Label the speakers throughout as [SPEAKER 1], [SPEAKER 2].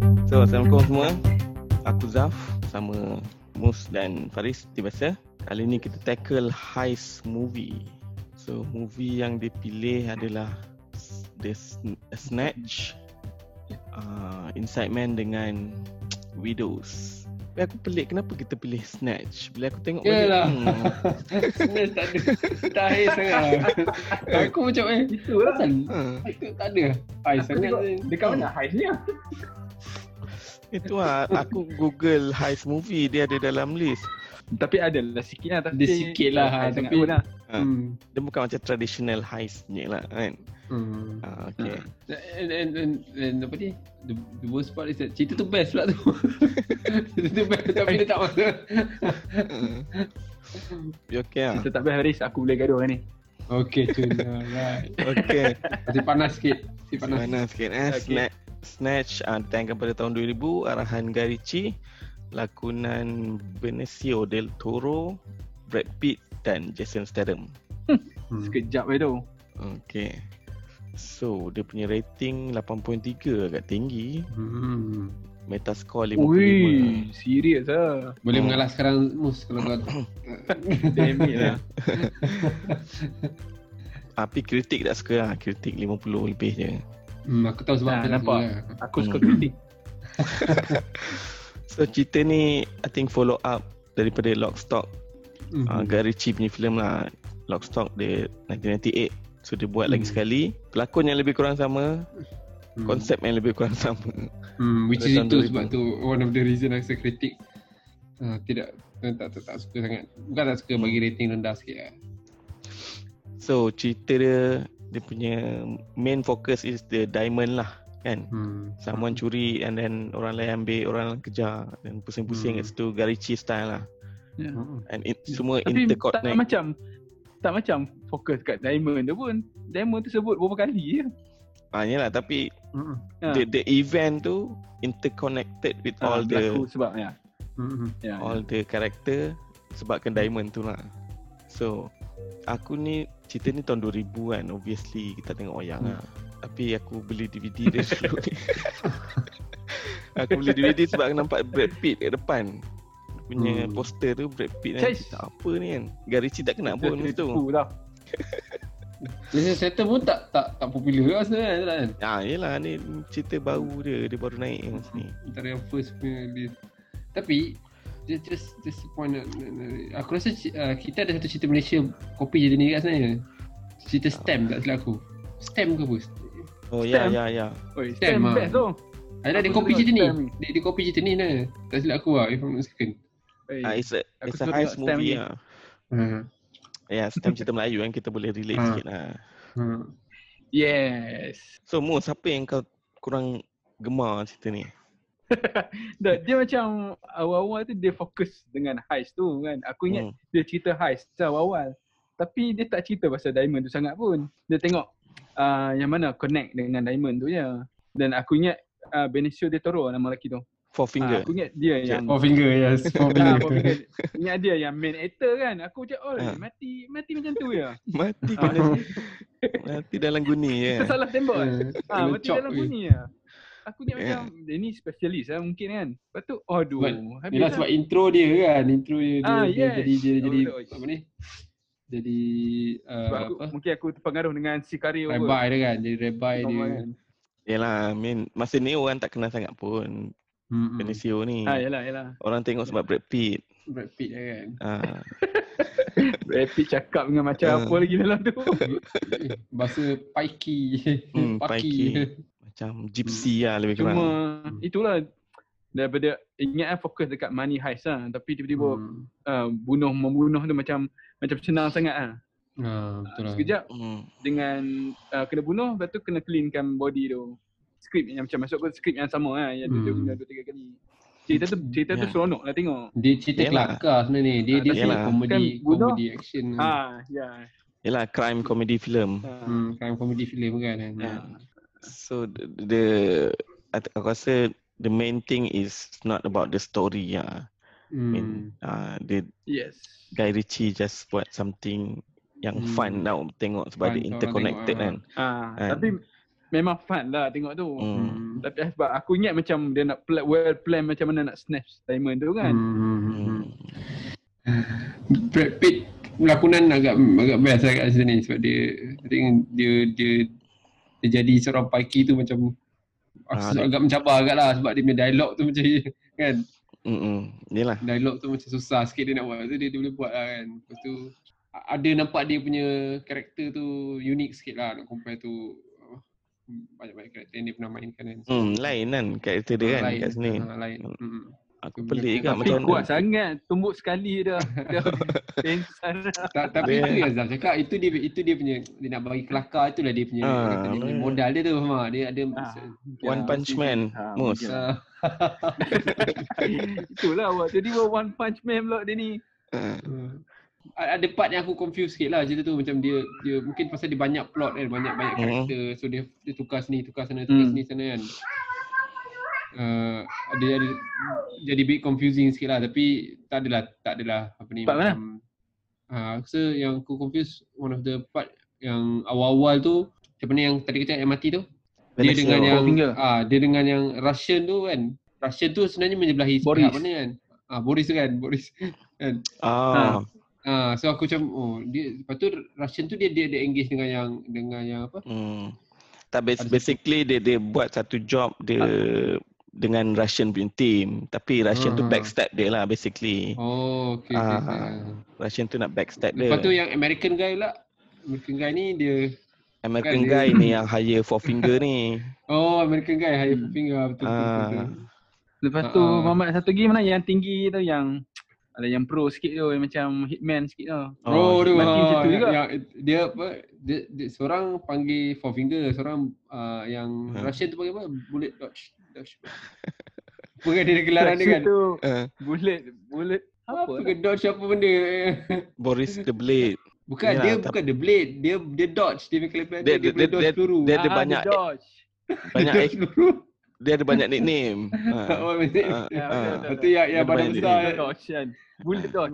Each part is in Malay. [SPEAKER 1] Assalamualaikum semua. Aku Zaf sama Mus dan Faris seperti biasa. Kali ni kita tackle heist movie. So movie yang dipilih adalah The Sn- Snatch, uh, Inside Man dengan Widows. Tapi aku pelik kenapa kita pilih Snatch. Bila aku tengok balik,
[SPEAKER 2] Yalah.
[SPEAKER 1] hmm,
[SPEAKER 2] Snatch tak ada. Tak air sangat. Aku macam eh.
[SPEAKER 3] Itulah.
[SPEAKER 2] Pasal
[SPEAKER 1] hmm,
[SPEAKER 2] itu tak ada. Air sangat.
[SPEAKER 3] tengok Dekat mana haisnya?
[SPEAKER 1] itu lah aku google heist movie dia ada dalam list.
[SPEAKER 3] Tapi ada lah sikit lah. Tapi
[SPEAKER 2] Dia sikit lah, ha,
[SPEAKER 3] Hais sangat
[SPEAKER 2] tapi-
[SPEAKER 3] pun lah.
[SPEAKER 1] Ha.
[SPEAKER 3] Hmm.
[SPEAKER 1] Dia bukan macam traditional heist ni lah kan. Uh, okay.
[SPEAKER 2] And, and, and, and apa ni? The, the worst part is that cerita tu best pula tu. cerita tu best tapi dia tak masuk.
[SPEAKER 1] You okay lah.
[SPEAKER 3] Kita tak best Haris, aku boleh gaduh ni.
[SPEAKER 2] Okay cun. Alright.
[SPEAKER 1] Okay.
[SPEAKER 2] Masih panas sikit. Masih panas.
[SPEAKER 1] Panas sikit eh.
[SPEAKER 3] Okey.
[SPEAKER 1] Snatch, Snatch uh, ditayangkan pada tahun 2000 arahan Garici lakonan Benicio del Toro, Brad Pitt dan Jason Statham.
[SPEAKER 2] Hmm.
[SPEAKER 3] Sekejap je tu.
[SPEAKER 1] Okay. So dia punya rating 8.3 agak tinggi.
[SPEAKER 2] Hmm.
[SPEAKER 1] Metascore 55.
[SPEAKER 3] Ui, serius lah.
[SPEAKER 2] Boleh
[SPEAKER 1] Hmm.
[SPEAKER 2] mengalah sekarang Mus kalau kau
[SPEAKER 3] Damn it
[SPEAKER 1] Ya.
[SPEAKER 3] lah.
[SPEAKER 1] Tapi kritik tak suka lah. Kritik 50 lebih je.
[SPEAKER 2] hmm, Aku tahu sebab
[SPEAKER 3] Nah,
[SPEAKER 2] apa tak
[SPEAKER 3] nampak.
[SPEAKER 2] suka.
[SPEAKER 3] Aku suka
[SPEAKER 1] Hmm.
[SPEAKER 3] kritik.
[SPEAKER 1] So cerita ni I think follow up daripada Lockstock
[SPEAKER 2] Hmm.
[SPEAKER 3] Mm-hmm.
[SPEAKER 1] uh, Guy Ritchie punya filem lah Lockstock dia 1998 So dia buat lagi
[SPEAKER 3] Mm.
[SPEAKER 2] Hmm.
[SPEAKER 1] sekali Pelakon yang lebih kurang sama
[SPEAKER 2] Hmm.
[SPEAKER 1] Konsep yang lebih kurang sama
[SPEAKER 2] Hmm, which is
[SPEAKER 1] Pada tahun
[SPEAKER 2] itu
[SPEAKER 1] 2000.
[SPEAKER 2] sebab tu one of the reason aku kritik uh, tidak tak, tak, tak, tak suka sangat. Bukan tak suka bagi rating rendah sikit lah.
[SPEAKER 1] So cerita dia Dia punya main focus is the diamond lah Kan
[SPEAKER 2] Hmm.
[SPEAKER 1] Someone curi and then orang lain ambil Orang lain kejar Dan pusing-pusing
[SPEAKER 3] Mm.
[SPEAKER 1] kat
[SPEAKER 2] Hmm.
[SPEAKER 1] situ Guy Ritchie style lah
[SPEAKER 3] Ya.
[SPEAKER 1] And it, semua
[SPEAKER 3] Tapi tak
[SPEAKER 1] interconnect
[SPEAKER 3] macam tak macam fokus kat diamond tu pun. Diamond tu sebut berapa kali je.
[SPEAKER 1] Ah, yelah, tapi
[SPEAKER 2] Hmm.
[SPEAKER 3] Ha.
[SPEAKER 1] the, the event tu interconnected with
[SPEAKER 3] Ah,
[SPEAKER 1] all the
[SPEAKER 3] berlaku sebab ya.
[SPEAKER 2] Hmm.
[SPEAKER 3] Ya.
[SPEAKER 1] all the karakter sebabkan
[SPEAKER 3] Hmm.
[SPEAKER 1] diamond tu lah. So aku ni cerita ni tahun 2000 kan obviously kita tengok wayang
[SPEAKER 3] Hmm.
[SPEAKER 1] lah. Tapi aku beli DVD dia dulu ni. aku beli DVD sebab aku nampak Brad Pitt kat depan. Dia Punya
[SPEAKER 2] Hmm.
[SPEAKER 1] poster tu Brad Pitt kan.
[SPEAKER 3] Cais.
[SPEAKER 1] Cita, apa ni kan. Garici tak kena pun
[SPEAKER 3] Kita
[SPEAKER 1] masa tu.
[SPEAKER 3] tipu Lah.
[SPEAKER 2] Malaysia Settle pun tak tak tak popular lah sebenarnya kan. kan?
[SPEAKER 1] Ah yelah ni cerita baru dia. Dia baru naik kan masa ni.
[SPEAKER 3] Hmm.
[SPEAKER 2] Antara yang first punya list. Tapi just just just point out, aku rasa uh, kita ada satu cerita Malaysia kopi je ni kat sebenarnya. Cerita stem tak silap aku. Stem ke apa?
[SPEAKER 1] Oh ya
[SPEAKER 3] Stamp.
[SPEAKER 1] ya ya.
[SPEAKER 3] Oi,
[SPEAKER 2] Stem,
[SPEAKER 3] stem
[SPEAKER 2] ah.
[SPEAKER 3] best tu.
[SPEAKER 2] Ada dia
[SPEAKER 3] Aku
[SPEAKER 2] kopi
[SPEAKER 3] tengok
[SPEAKER 2] cerita ni.
[SPEAKER 3] stem ni.
[SPEAKER 2] Dia, dia kopi cerita ni lah. Tak silap aku lah if I'm not mistaken.
[SPEAKER 3] Oi.
[SPEAKER 1] Ah, it's a,
[SPEAKER 3] Aku
[SPEAKER 1] it's a
[SPEAKER 3] suka
[SPEAKER 1] heist
[SPEAKER 3] tengok Stamp
[SPEAKER 1] movie
[SPEAKER 3] ni.
[SPEAKER 1] lah.
[SPEAKER 2] Hmm.
[SPEAKER 1] Ya, yeah, stamp cerita Melayu kan kita boleh relate
[SPEAKER 2] Ah.
[SPEAKER 1] sikit lah.
[SPEAKER 2] Hmm.
[SPEAKER 3] Yes.
[SPEAKER 1] So Mo, siapa yang kau kurang gemar cerita ni?
[SPEAKER 3] Dah, dia macam awal-awal tu dia fokus dengan heist tu kan. Aku ingat
[SPEAKER 1] Hmm.
[SPEAKER 3] dia cerita heist tu awal-awal. Tapi dia tak cerita pasal diamond tu sangat pun. Dia tengok uh, yang mana connect dengan diamond tu je. Dan aku ingat uh, Benicio Del Toro nama lelaki tu.
[SPEAKER 1] Four
[SPEAKER 3] Uh,
[SPEAKER 1] Finger.
[SPEAKER 3] aku ingat dia yang
[SPEAKER 2] Four finger yes. Four
[SPEAKER 3] Ah,
[SPEAKER 2] finger.
[SPEAKER 3] Four Finger. Ingat dia yang main actor kan. Aku macam oh
[SPEAKER 1] Ah.
[SPEAKER 3] mati mati macam tu je.
[SPEAKER 1] Mati
[SPEAKER 3] Ah,
[SPEAKER 1] kena mati dalam guni
[SPEAKER 3] Kita
[SPEAKER 1] ya.
[SPEAKER 3] salah tembak. kan? Ah,
[SPEAKER 2] Hmm. Kena
[SPEAKER 3] mati
[SPEAKER 2] chop
[SPEAKER 3] dalam
[SPEAKER 2] ke.
[SPEAKER 3] bunyi ya. Aku ingat
[SPEAKER 1] Yeah.
[SPEAKER 3] macam dia ni specialist lah mungkin kan. Lepas tu aduh.
[SPEAKER 2] But-
[SPEAKER 3] habis
[SPEAKER 2] Yelah
[SPEAKER 3] lah.
[SPEAKER 2] sebab intro dia kan, intro dia, dia,
[SPEAKER 3] Ah,
[SPEAKER 2] dia
[SPEAKER 3] yes.
[SPEAKER 2] jadi dia
[SPEAKER 3] Betul,
[SPEAKER 2] jadi
[SPEAKER 3] betul.
[SPEAKER 2] apa ni? Jadi uh,
[SPEAKER 3] Sebab aku,
[SPEAKER 2] apa?
[SPEAKER 3] mungkin aku terpengaruh dengan Sicario kot.
[SPEAKER 2] Rabbi dia kan, jadi rabbi
[SPEAKER 3] Rabbi
[SPEAKER 2] dia.
[SPEAKER 3] kan.
[SPEAKER 1] Yalah, I mean masa ni orang tak kenal sangat pun
[SPEAKER 2] Hmm.
[SPEAKER 1] Benicio ni.
[SPEAKER 3] Ah, yalah, yalah.
[SPEAKER 1] Orang tengok sebab Brad Pitt.
[SPEAKER 2] Brad Pitt dia kan.
[SPEAKER 1] Ah,
[SPEAKER 3] Rapid cakap dengan macam
[SPEAKER 1] Ah.
[SPEAKER 3] apa lagi dalam tu.
[SPEAKER 2] Eh, Bahasa paiki.
[SPEAKER 1] Hmm,
[SPEAKER 2] Paki.
[SPEAKER 1] macam gypsy lah lebih
[SPEAKER 3] Cuma
[SPEAKER 1] kurang.
[SPEAKER 3] itulah daripada ingat kan fokus dekat money heist lah. Tapi tiba-tiba
[SPEAKER 2] Hmm.
[SPEAKER 3] ah, bunuh membunuh tu macam macam senang sangat ah.
[SPEAKER 2] Ah, betul lah.
[SPEAKER 3] Sekejap
[SPEAKER 1] Hmm.
[SPEAKER 3] dengan ah, kena bunuh lepas tu kena cleankan body tu. Skrip yang macam masuk pun skrip yang sama lah yang hmm. dia
[SPEAKER 2] Hmm. Ya.
[SPEAKER 3] guna dua tiga kali. Cerita tu cerita
[SPEAKER 1] Yeah.
[SPEAKER 3] tu seronok lah tengok.
[SPEAKER 2] Dia cerita
[SPEAKER 1] Yelah.
[SPEAKER 2] kelakar sebenarnya ni. Dia
[SPEAKER 3] Ah,
[SPEAKER 2] dia
[SPEAKER 1] tapi-
[SPEAKER 2] cerita
[SPEAKER 1] Yelah.
[SPEAKER 2] komedi,
[SPEAKER 3] Kan budak-
[SPEAKER 2] komedi action.
[SPEAKER 3] Ah, ya.
[SPEAKER 1] Yalah, crime comedy film.
[SPEAKER 3] Ah.
[SPEAKER 2] Hmm, kan komedi filem kan.
[SPEAKER 1] Ah. So the, the I- aku rasa the main thing is it's not about the story ya. I mean,
[SPEAKER 2] Hmm.
[SPEAKER 1] ah, the
[SPEAKER 3] Yes.
[SPEAKER 1] Guy Ritchie just buat something yang
[SPEAKER 2] Hmm.
[SPEAKER 1] fun tau tengok sebab
[SPEAKER 2] Fun
[SPEAKER 1] dia
[SPEAKER 2] untuk orang
[SPEAKER 1] interconnected
[SPEAKER 2] tengok,
[SPEAKER 1] kan.
[SPEAKER 3] Ah,
[SPEAKER 1] Kan?
[SPEAKER 3] tapi memang fun lah tengok tu.
[SPEAKER 1] Hmm.
[SPEAKER 2] Hmm.
[SPEAKER 3] Tapi eh, sebab aku ingat macam dia nak pla- well plan macam mana nak snatch diamond tu kan.
[SPEAKER 2] Hmm.
[SPEAKER 1] Hmm.
[SPEAKER 2] Brad Pitt lakonan agak agak best lah kat sini sebab dia I think dia dia dia jadi seorang paiki tu macam
[SPEAKER 1] Ah,
[SPEAKER 2] ah, agak mencabar agak lah sebab dia punya dialog tu macam kan
[SPEAKER 1] Mm-mm. Yelah.
[SPEAKER 2] dialog tu macam susah sikit dia nak buat tu dia, dia boleh buat lah kan lepas tu a- ada nampak dia punya karakter tu unik sikit lah nak compare tu uh, banyak-banyak karakter yang dia pernah mainkan kan
[SPEAKER 1] Hmm, lain kan karakter dia kan
[SPEAKER 2] Lain.
[SPEAKER 1] kat sini.
[SPEAKER 2] Ah, lain hmm.
[SPEAKER 1] Aku pelik juga
[SPEAKER 2] Tapi
[SPEAKER 1] macam
[SPEAKER 3] Tapi Eh, kuat sangat, tumbuk sekali dah. Dah pensan dah.
[SPEAKER 2] Ta- tapi
[SPEAKER 1] Dia-
[SPEAKER 2] itu yang Zal cakap itu dia itu dia punya dia nak bagi kelakar itulah dia punya,
[SPEAKER 1] Ah,
[SPEAKER 2] orang kata dia punya
[SPEAKER 1] betul.
[SPEAKER 2] modal dia tu faham tak? dia ada
[SPEAKER 3] Ah,
[SPEAKER 1] One
[SPEAKER 2] ya,
[SPEAKER 1] Punch
[SPEAKER 2] mesti-
[SPEAKER 1] Man.
[SPEAKER 4] Ha,
[SPEAKER 1] Mus.
[SPEAKER 4] mungkin.
[SPEAKER 2] Ah,
[SPEAKER 3] Itulah awak. Jadi awak one punch man pula dia ni.
[SPEAKER 2] ah, ada part yang aku confuse sikit lah cerita tu macam dia dia mungkin pasal dia banyak plot kan banyak banyak
[SPEAKER 1] Mhm.
[SPEAKER 2] karakter so dia dia tukar sini tukar sana tukar
[SPEAKER 3] Hmm.
[SPEAKER 2] sini sana kan Uh, ada ada jadi bit confusing sikit lah tapi tak adalah tak adalah apa ni
[SPEAKER 3] Part mana?
[SPEAKER 2] uh, aku rasa yang aku confuse one of the part yang awal-awal tu macam mana yang tadi kita yang mati tu dia dengan
[SPEAKER 1] Venezuela.
[SPEAKER 2] yang
[SPEAKER 3] Goldfinger.
[SPEAKER 2] ah dia dengan yang Russian tu kan. Russian tu sebenarnya menyebelahi
[SPEAKER 3] Boris.
[SPEAKER 2] pihak mana kan. Ah Boris tu kan, Boris.
[SPEAKER 1] Ah,
[SPEAKER 2] Ah so aku macam oh dia lepas tu Russian tu dia dia, dia engage dengan yang dengan yang apa?
[SPEAKER 1] Hmm. Tak bas-
[SPEAKER 2] Ada-
[SPEAKER 1] basically dia dia buat satu job dia dengan Russian punya team tapi Russian tu
[SPEAKER 2] Ah.
[SPEAKER 1] backstab dia lah basically.
[SPEAKER 2] Oh okey okey.
[SPEAKER 1] Ah,
[SPEAKER 2] okey.
[SPEAKER 1] Russian tu nak backstab dia.
[SPEAKER 2] Lepas tu yang American guy pula. American guy ni dia
[SPEAKER 1] American
[SPEAKER 2] kan
[SPEAKER 1] guy
[SPEAKER 2] dia-
[SPEAKER 1] ni yang hire four finger ni.
[SPEAKER 2] oh American guy high
[SPEAKER 3] Hmm.
[SPEAKER 2] finger betul betul.
[SPEAKER 1] Ah.
[SPEAKER 2] betul, betul.
[SPEAKER 3] Lepas tu
[SPEAKER 2] Ah.
[SPEAKER 3] Muhammad satu lagi mana yang tinggi tu yang ada yang pro sikit tu yang macam hitman sikit tu.
[SPEAKER 2] Bro tu
[SPEAKER 1] dia-
[SPEAKER 3] mati macam
[SPEAKER 2] ha,
[SPEAKER 3] tu
[SPEAKER 2] yang,
[SPEAKER 3] Oh, juga.
[SPEAKER 2] yang, dia apa dia, dia seorang panggil four finger, seorang uh, yang
[SPEAKER 1] Ha.
[SPEAKER 3] Hmm.
[SPEAKER 2] Russian tu panggil apa? Bullet dodge. dodge. Bukan dia ada gelaran dia kan.
[SPEAKER 3] Tu
[SPEAKER 1] Ah,
[SPEAKER 3] bullet bullet
[SPEAKER 2] Apa
[SPEAKER 3] apa?
[SPEAKER 2] ke dodge apa benda?
[SPEAKER 1] Boris the Blade.
[SPEAKER 2] Bukan
[SPEAKER 1] Yelah,
[SPEAKER 2] dia
[SPEAKER 1] Ya, tapi-
[SPEAKER 2] bukan the blade, dia dia dodge dia punya kelebihan
[SPEAKER 1] Dia-
[SPEAKER 2] dia, dia,
[SPEAKER 1] dia-
[SPEAKER 2] boleh
[SPEAKER 1] dia-
[SPEAKER 2] dodge
[SPEAKER 1] dia-
[SPEAKER 2] peluru.
[SPEAKER 1] dia- ada
[SPEAKER 3] Ah,
[SPEAKER 1] banyak-
[SPEAKER 3] dodge.
[SPEAKER 1] Banyak
[SPEAKER 2] dodge peluru.
[SPEAKER 1] dia ada banyak nickname. Ah.
[SPEAKER 2] Oh,
[SPEAKER 1] Ah.
[SPEAKER 2] maksud-
[SPEAKER 3] Ya,
[SPEAKER 1] Ah.
[SPEAKER 3] betul, betul,
[SPEAKER 2] Lepas tu yang yang
[SPEAKER 1] Dia
[SPEAKER 2] badan
[SPEAKER 1] banyak
[SPEAKER 2] besar.
[SPEAKER 3] Bullet dodge kan. Bullet dodge.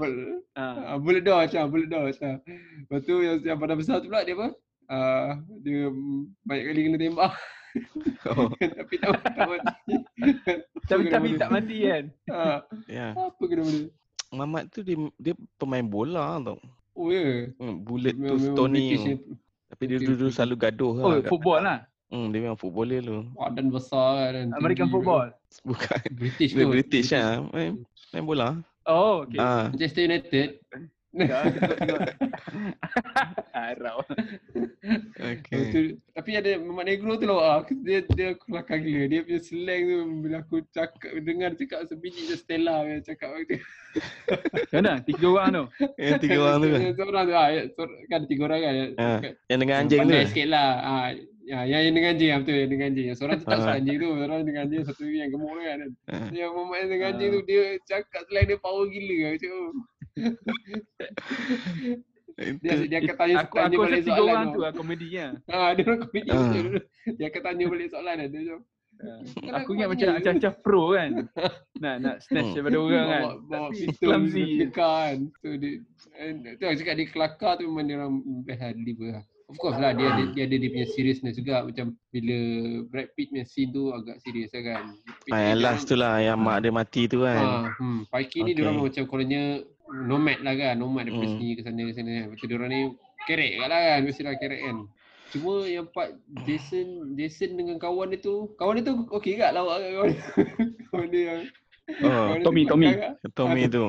[SPEAKER 3] Ah.
[SPEAKER 2] Ah, bullet dodge ah, bullet dodge ah. Lepas tu yang, yang badan besar tu pula dia apa? Ah, dia mm, banyak kali kena tembak
[SPEAKER 1] Oh,
[SPEAKER 2] tapi tak tak mati.
[SPEAKER 3] Tapi tapi tak mati kan.
[SPEAKER 2] Ah,
[SPEAKER 1] ya.
[SPEAKER 2] apa kena benda?
[SPEAKER 1] Mamat tu dia dia pemain bola tau.
[SPEAKER 2] Oh ya.
[SPEAKER 1] Hmm, Bullet tu
[SPEAKER 2] Memang- memang
[SPEAKER 1] Stony
[SPEAKER 2] British
[SPEAKER 1] tu.
[SPEAKER 2] ni
[SPEAKER 1] Tapi dia
[SPEAKER 2] British
[SPEAKER 1] dulu
[SPEAKER 2] ni.
[SPEAKER 1] selalu gaduh lah.
[SPEAKER 3] Oh,
[SPEAKER 1] kat-
[SPEAKER 3] football lah.
[SPEAKER 1] Hmm, dia memang footballer tu.
[SPEAKER 2] Badan besar kan.
[SPEAKER 3] American
[SPEAKER 2] tinggi. kan.
[SPEAKER 3] football.
[SPEAKER 1] Bukan.
[SPEAKER 2] British
[SPEAKER 1] Dia
[SPEAKER 2] kot.
[SPEAKER 1] British lah. Main, main bola.
[SPEAKER 3] Oh, okay.
[SPEAKER 1] Ah.
[SPEAKER 2] Manchester United.
[SPEAKER 3] Dah tengok-tengok. Harau.
[SPEAKER 2] Lepas
[SPEAKER 1] Okay.
[SPEAKER 2] tu, tapi ada Mamat Negro tu lawak lah. Aku- Dia dia aku kelakar gila. Dia punya slang tu bila aku cakap dengar dia cakap sebiji je Stella punya cakap waktu.
[SPEAKER 3] Macam mana? Tiga orang tu.
[SPEAKER 1] Yang tiga orang tu kan.
[SPEAKER 2] Seorang tu ah, seorang- kan tiga orang kan.
[SPEAKER 1] Ha,
[SPEAKER 2] Cakap,
[SPEAKER 1] Yang dengan
[SPEAKER 2] yang
[SPEAKER 1] anjing tu. kan?
[SPEAKER 2] pandai sikit lah. Ah, ya, yang, yang dengan anjing ah, betul yang dengan anjing. Yang Seorang tu tak
[SPEAKER 1] Ha.
[SPEAKER 2] suka anjing tu, seorang dengan anjing, satu lagi yang gemuk tu kan.
[SPEAKER 1] Ha.
[SPEAKER 2] Yang Mamat yang dengan
[SPEAKER 3] Ha.
[SPEAKER 2] anjing tu dia cakap slang dia power gila. Aku cakap, oh. Dia
[SPEAKER 1] Itu-
[SPEAKER 2] dia akan tanya
[SPEAKER 3] Aku aku rasa
[SPEAKER 2] balik
[SPEAKER 3] tiga
[SPEAKER 2] soalan
[SPEAKER 3] orang tu lah komedi kan.
[SPEAKER 2] Ha, dia orang komedi
[SPEAKER 1] Ah.
[SPEAKER 2] betul. Dia akan tanya balik soalan kan? dia. Dia macam
[SPEAKER 3] Aku ingat macam macam-macam pro kan. Nak nak snatch
[SPEAKER 1] Hmm.
[SPEAKER 3] daripada orang kan.
[SPEAKER 2] bawa, bawa
[SPEAKER 3] Tapi
[SPEAKER 2] pistol
[SPEAKER 3] clumsy.
[SPEAKER 2] kelakar kan. So dia and tu aku cakap dia kelakar tu memang dia orang best lah deliver lah. Of course lah dia ada dia ada dia punya seriousness juga macam bila Brad Pitt punya scene tu agak serius lah kan. Brad Pitt
[SPEAKER 1] Ah,
[SPEAKER 2] ni
[SPEAKER 1] yang
[SPEAKER 2] dia
[SPEAKER 1] last tu lah yang mak dia mati tu
[SPEAKER 2] orang-
[SPEAKER 1] kan.
[SPEAKER 2] Ah, hmm, Paiki ni
[SPEAKER 1] Okay.
[SPEAKER 2] dia orang macam kononnya nomad lah kan, nomad daripada
[SPEAKER 1] Hmm.
[SPEAKER 2] sini ke sana ke sana kan. Betul dia orang ni kerek kat lah kan, mesti lah kerek kan. Cuma yang part Jason Jason dengan kawan dia tu, kawan dia tu okey kat lawak kat kawan dia. kawan dia yang
[SPEAKER 1] Oh,
[SPEAKER 2] kawan dia
[SPEAKER 3] Tommy,
[SPEAKER 2] tu lah.
[SPEAKER 3] Tommy.
[SPEAKER 2] kelakar.
[SPEAKER 1] Tommy tu.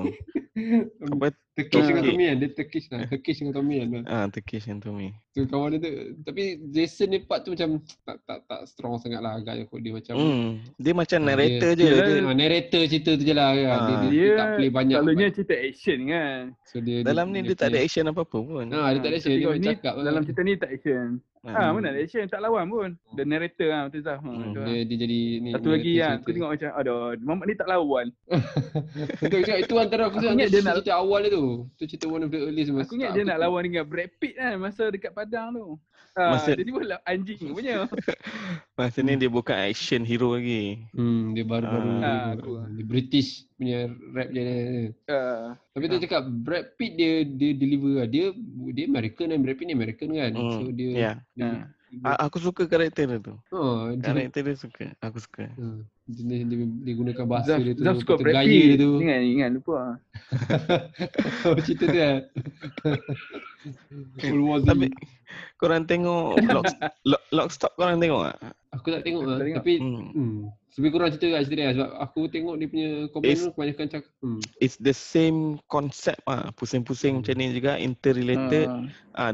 [SPEAKER 1] Apa?
[SPEAKER 2] Turkish dengan
[SPEAKER 1] Turkish.
[SPEAKER 2] Tommy kan. Dia Turkish lah. Turkish dengan Tommy kan.
[SPEAKER 1] Ah, Turkish yang Tommy.
[SPEAKER 2] Tu kawan dia tu. Tapi Jason ni part tu macam tak tak tak strong sangat lah agaknya kot dia macam.
[SPEAKER 1] Hmm. Dia macam
[SPEAKER 2] Ah,
[SPEAKER 1] narrator
[SPEAKER 2] dia,
[SPEAKER 1] je.
[SPEAKER 2] Dia,
[SPEAKER 1] Dia,
[SPEAKER 2] ah, narrator cerita tu je lah. Dia,
[SPEAKER 1] Ah.
[SPEAKER 2] dia, dia,
[SPEAKER 3] Dia
[SPEAKER 2] tak play banyak.
[SPEAKER 3] Selalunya cerita action kan.
[SPEAKER 2] so, dia,
[SPEAKER 1] dalam ni dia tak ada
[SPEAKER 2] punya-
[SPEAKER 1] action apa-apa pun.
[SPEAKER 2] Ah, dia tak ada
[SPEAKER 3] Ah,
[SPEAKER 2] action. Dia
[SPEAKER 3] tengok
[SPEAKER 2] boleh
[SPEAKER 3] ni,
[SPEAKER 2] cakap. lah.
[SPEAKER 3] Dalam cerita ni tak action.
[SPEAKER 1] Ah.
[SPEAKER 2] Hmm.
[SPEAKER 3] Ah, mana ada action tak lawan pun. The narrator ah betul Zah. Ha,
[SPEAKER 1] Hmm,
[SPEAKER 3] betul lah.
[SPEAKER 2] dia, dia jadi ni.
[SPEAKER 3] Satu
[SPEAKER 2] narrator
[SPEAKER 3] lagi ah,
[SPEAKER 2] cerita.
[SPEAKER 3] aku tengok macam aduh, Muhammad ni tak lawan.
[SPEAKER 2] Betul, betul. itu antara aku,
[SPEAKER 3] Aku
[SPEAKER 2] rasa
[SPEAKER 3] ingat dia nak-
[SPEAKER 2] cerita awal dia tu. Tu cerita one of the earliest. masa
[SPEAKER 3] Aku ingat
[SPEAKER 2] tak
[SPEAKER 3] dia nak lawan dengan Brad Pitt kan masa dekat padang tu. Ah,
[SPEAKER 1] Masa-
[SPEAKER 3] dia tiba lah anjing punya.
[SPEAKER 1] Masa ni dia bukan action hero lagi.
[SPEAKER 2] Hmm, dia baru-baru.
[SPEAKER 1] Ah.
[SPEAKER 3] Ah, aku lah.
[SPEAKER 2] Dia British punya rap je dia.
[SPEAKER 3] Ah,
[SPEAKER 2] Tapi tu
[SPEAKER 3] Ah.
[SPEAKER 2] cakap Brad Pitt dia dia deliver lah. Dia dia American kan Brad Pitt ni American kan.
[SPEAKER 1] Hmm.
[SPEAKER 2] So dia
[SPEAKER 1] Ya.
[SPEAKER 2] dia,
[SPEAKER 3] Ah.
[SPEAKER 1] A- aku suka karakter dia tu.
[SPEAKER 2] Oh, dia,
[SPEAKER 1] Karakter dia suka. Aku suka.
[SPEAKER 2] hmm, dia, dia, dia gunakan bahasa
[SPEAKER 3] Zaf,
[SPEAKER 2] dia tu.
[SPEAKER 3] Zaf suka
[SPEAKER 2] betul
[SPEAKER 3] Brad
[SPEAKER 2] gaya
[SPEAKER 3] Pitt.
[SPEAKER 2] dia tu.
[SPEAKER 3] Ingat, ingat lupa.
[SPEAKER 2] Oh, cerita tu kan. World War Z.
[SPEAKER 1] Tapi korang tengok lock, lock, lock stop korang tengok tak?
[SPEAKER 2] Aku tak tengok
[SPEAKER 3] Aku
[SPEAKER 2] lah.
[SPEAKER 3] tak tengok.
[SPEAKER 2] Tapi
[SPEAKER 1] Hmm.
[SPEAKER 2] Hmm. Lebih kurang cerita kat cerita dia sebab aku tengok dia punya komen
[SPEAKER 1] It's-
[SPEAKER 2] tu kebanyakan cakap hmm.
[SPEAKER 1] It's the same concept ah, pusing-pusing macam ni juga, interrelated.
[SPEAKER 3] Ah.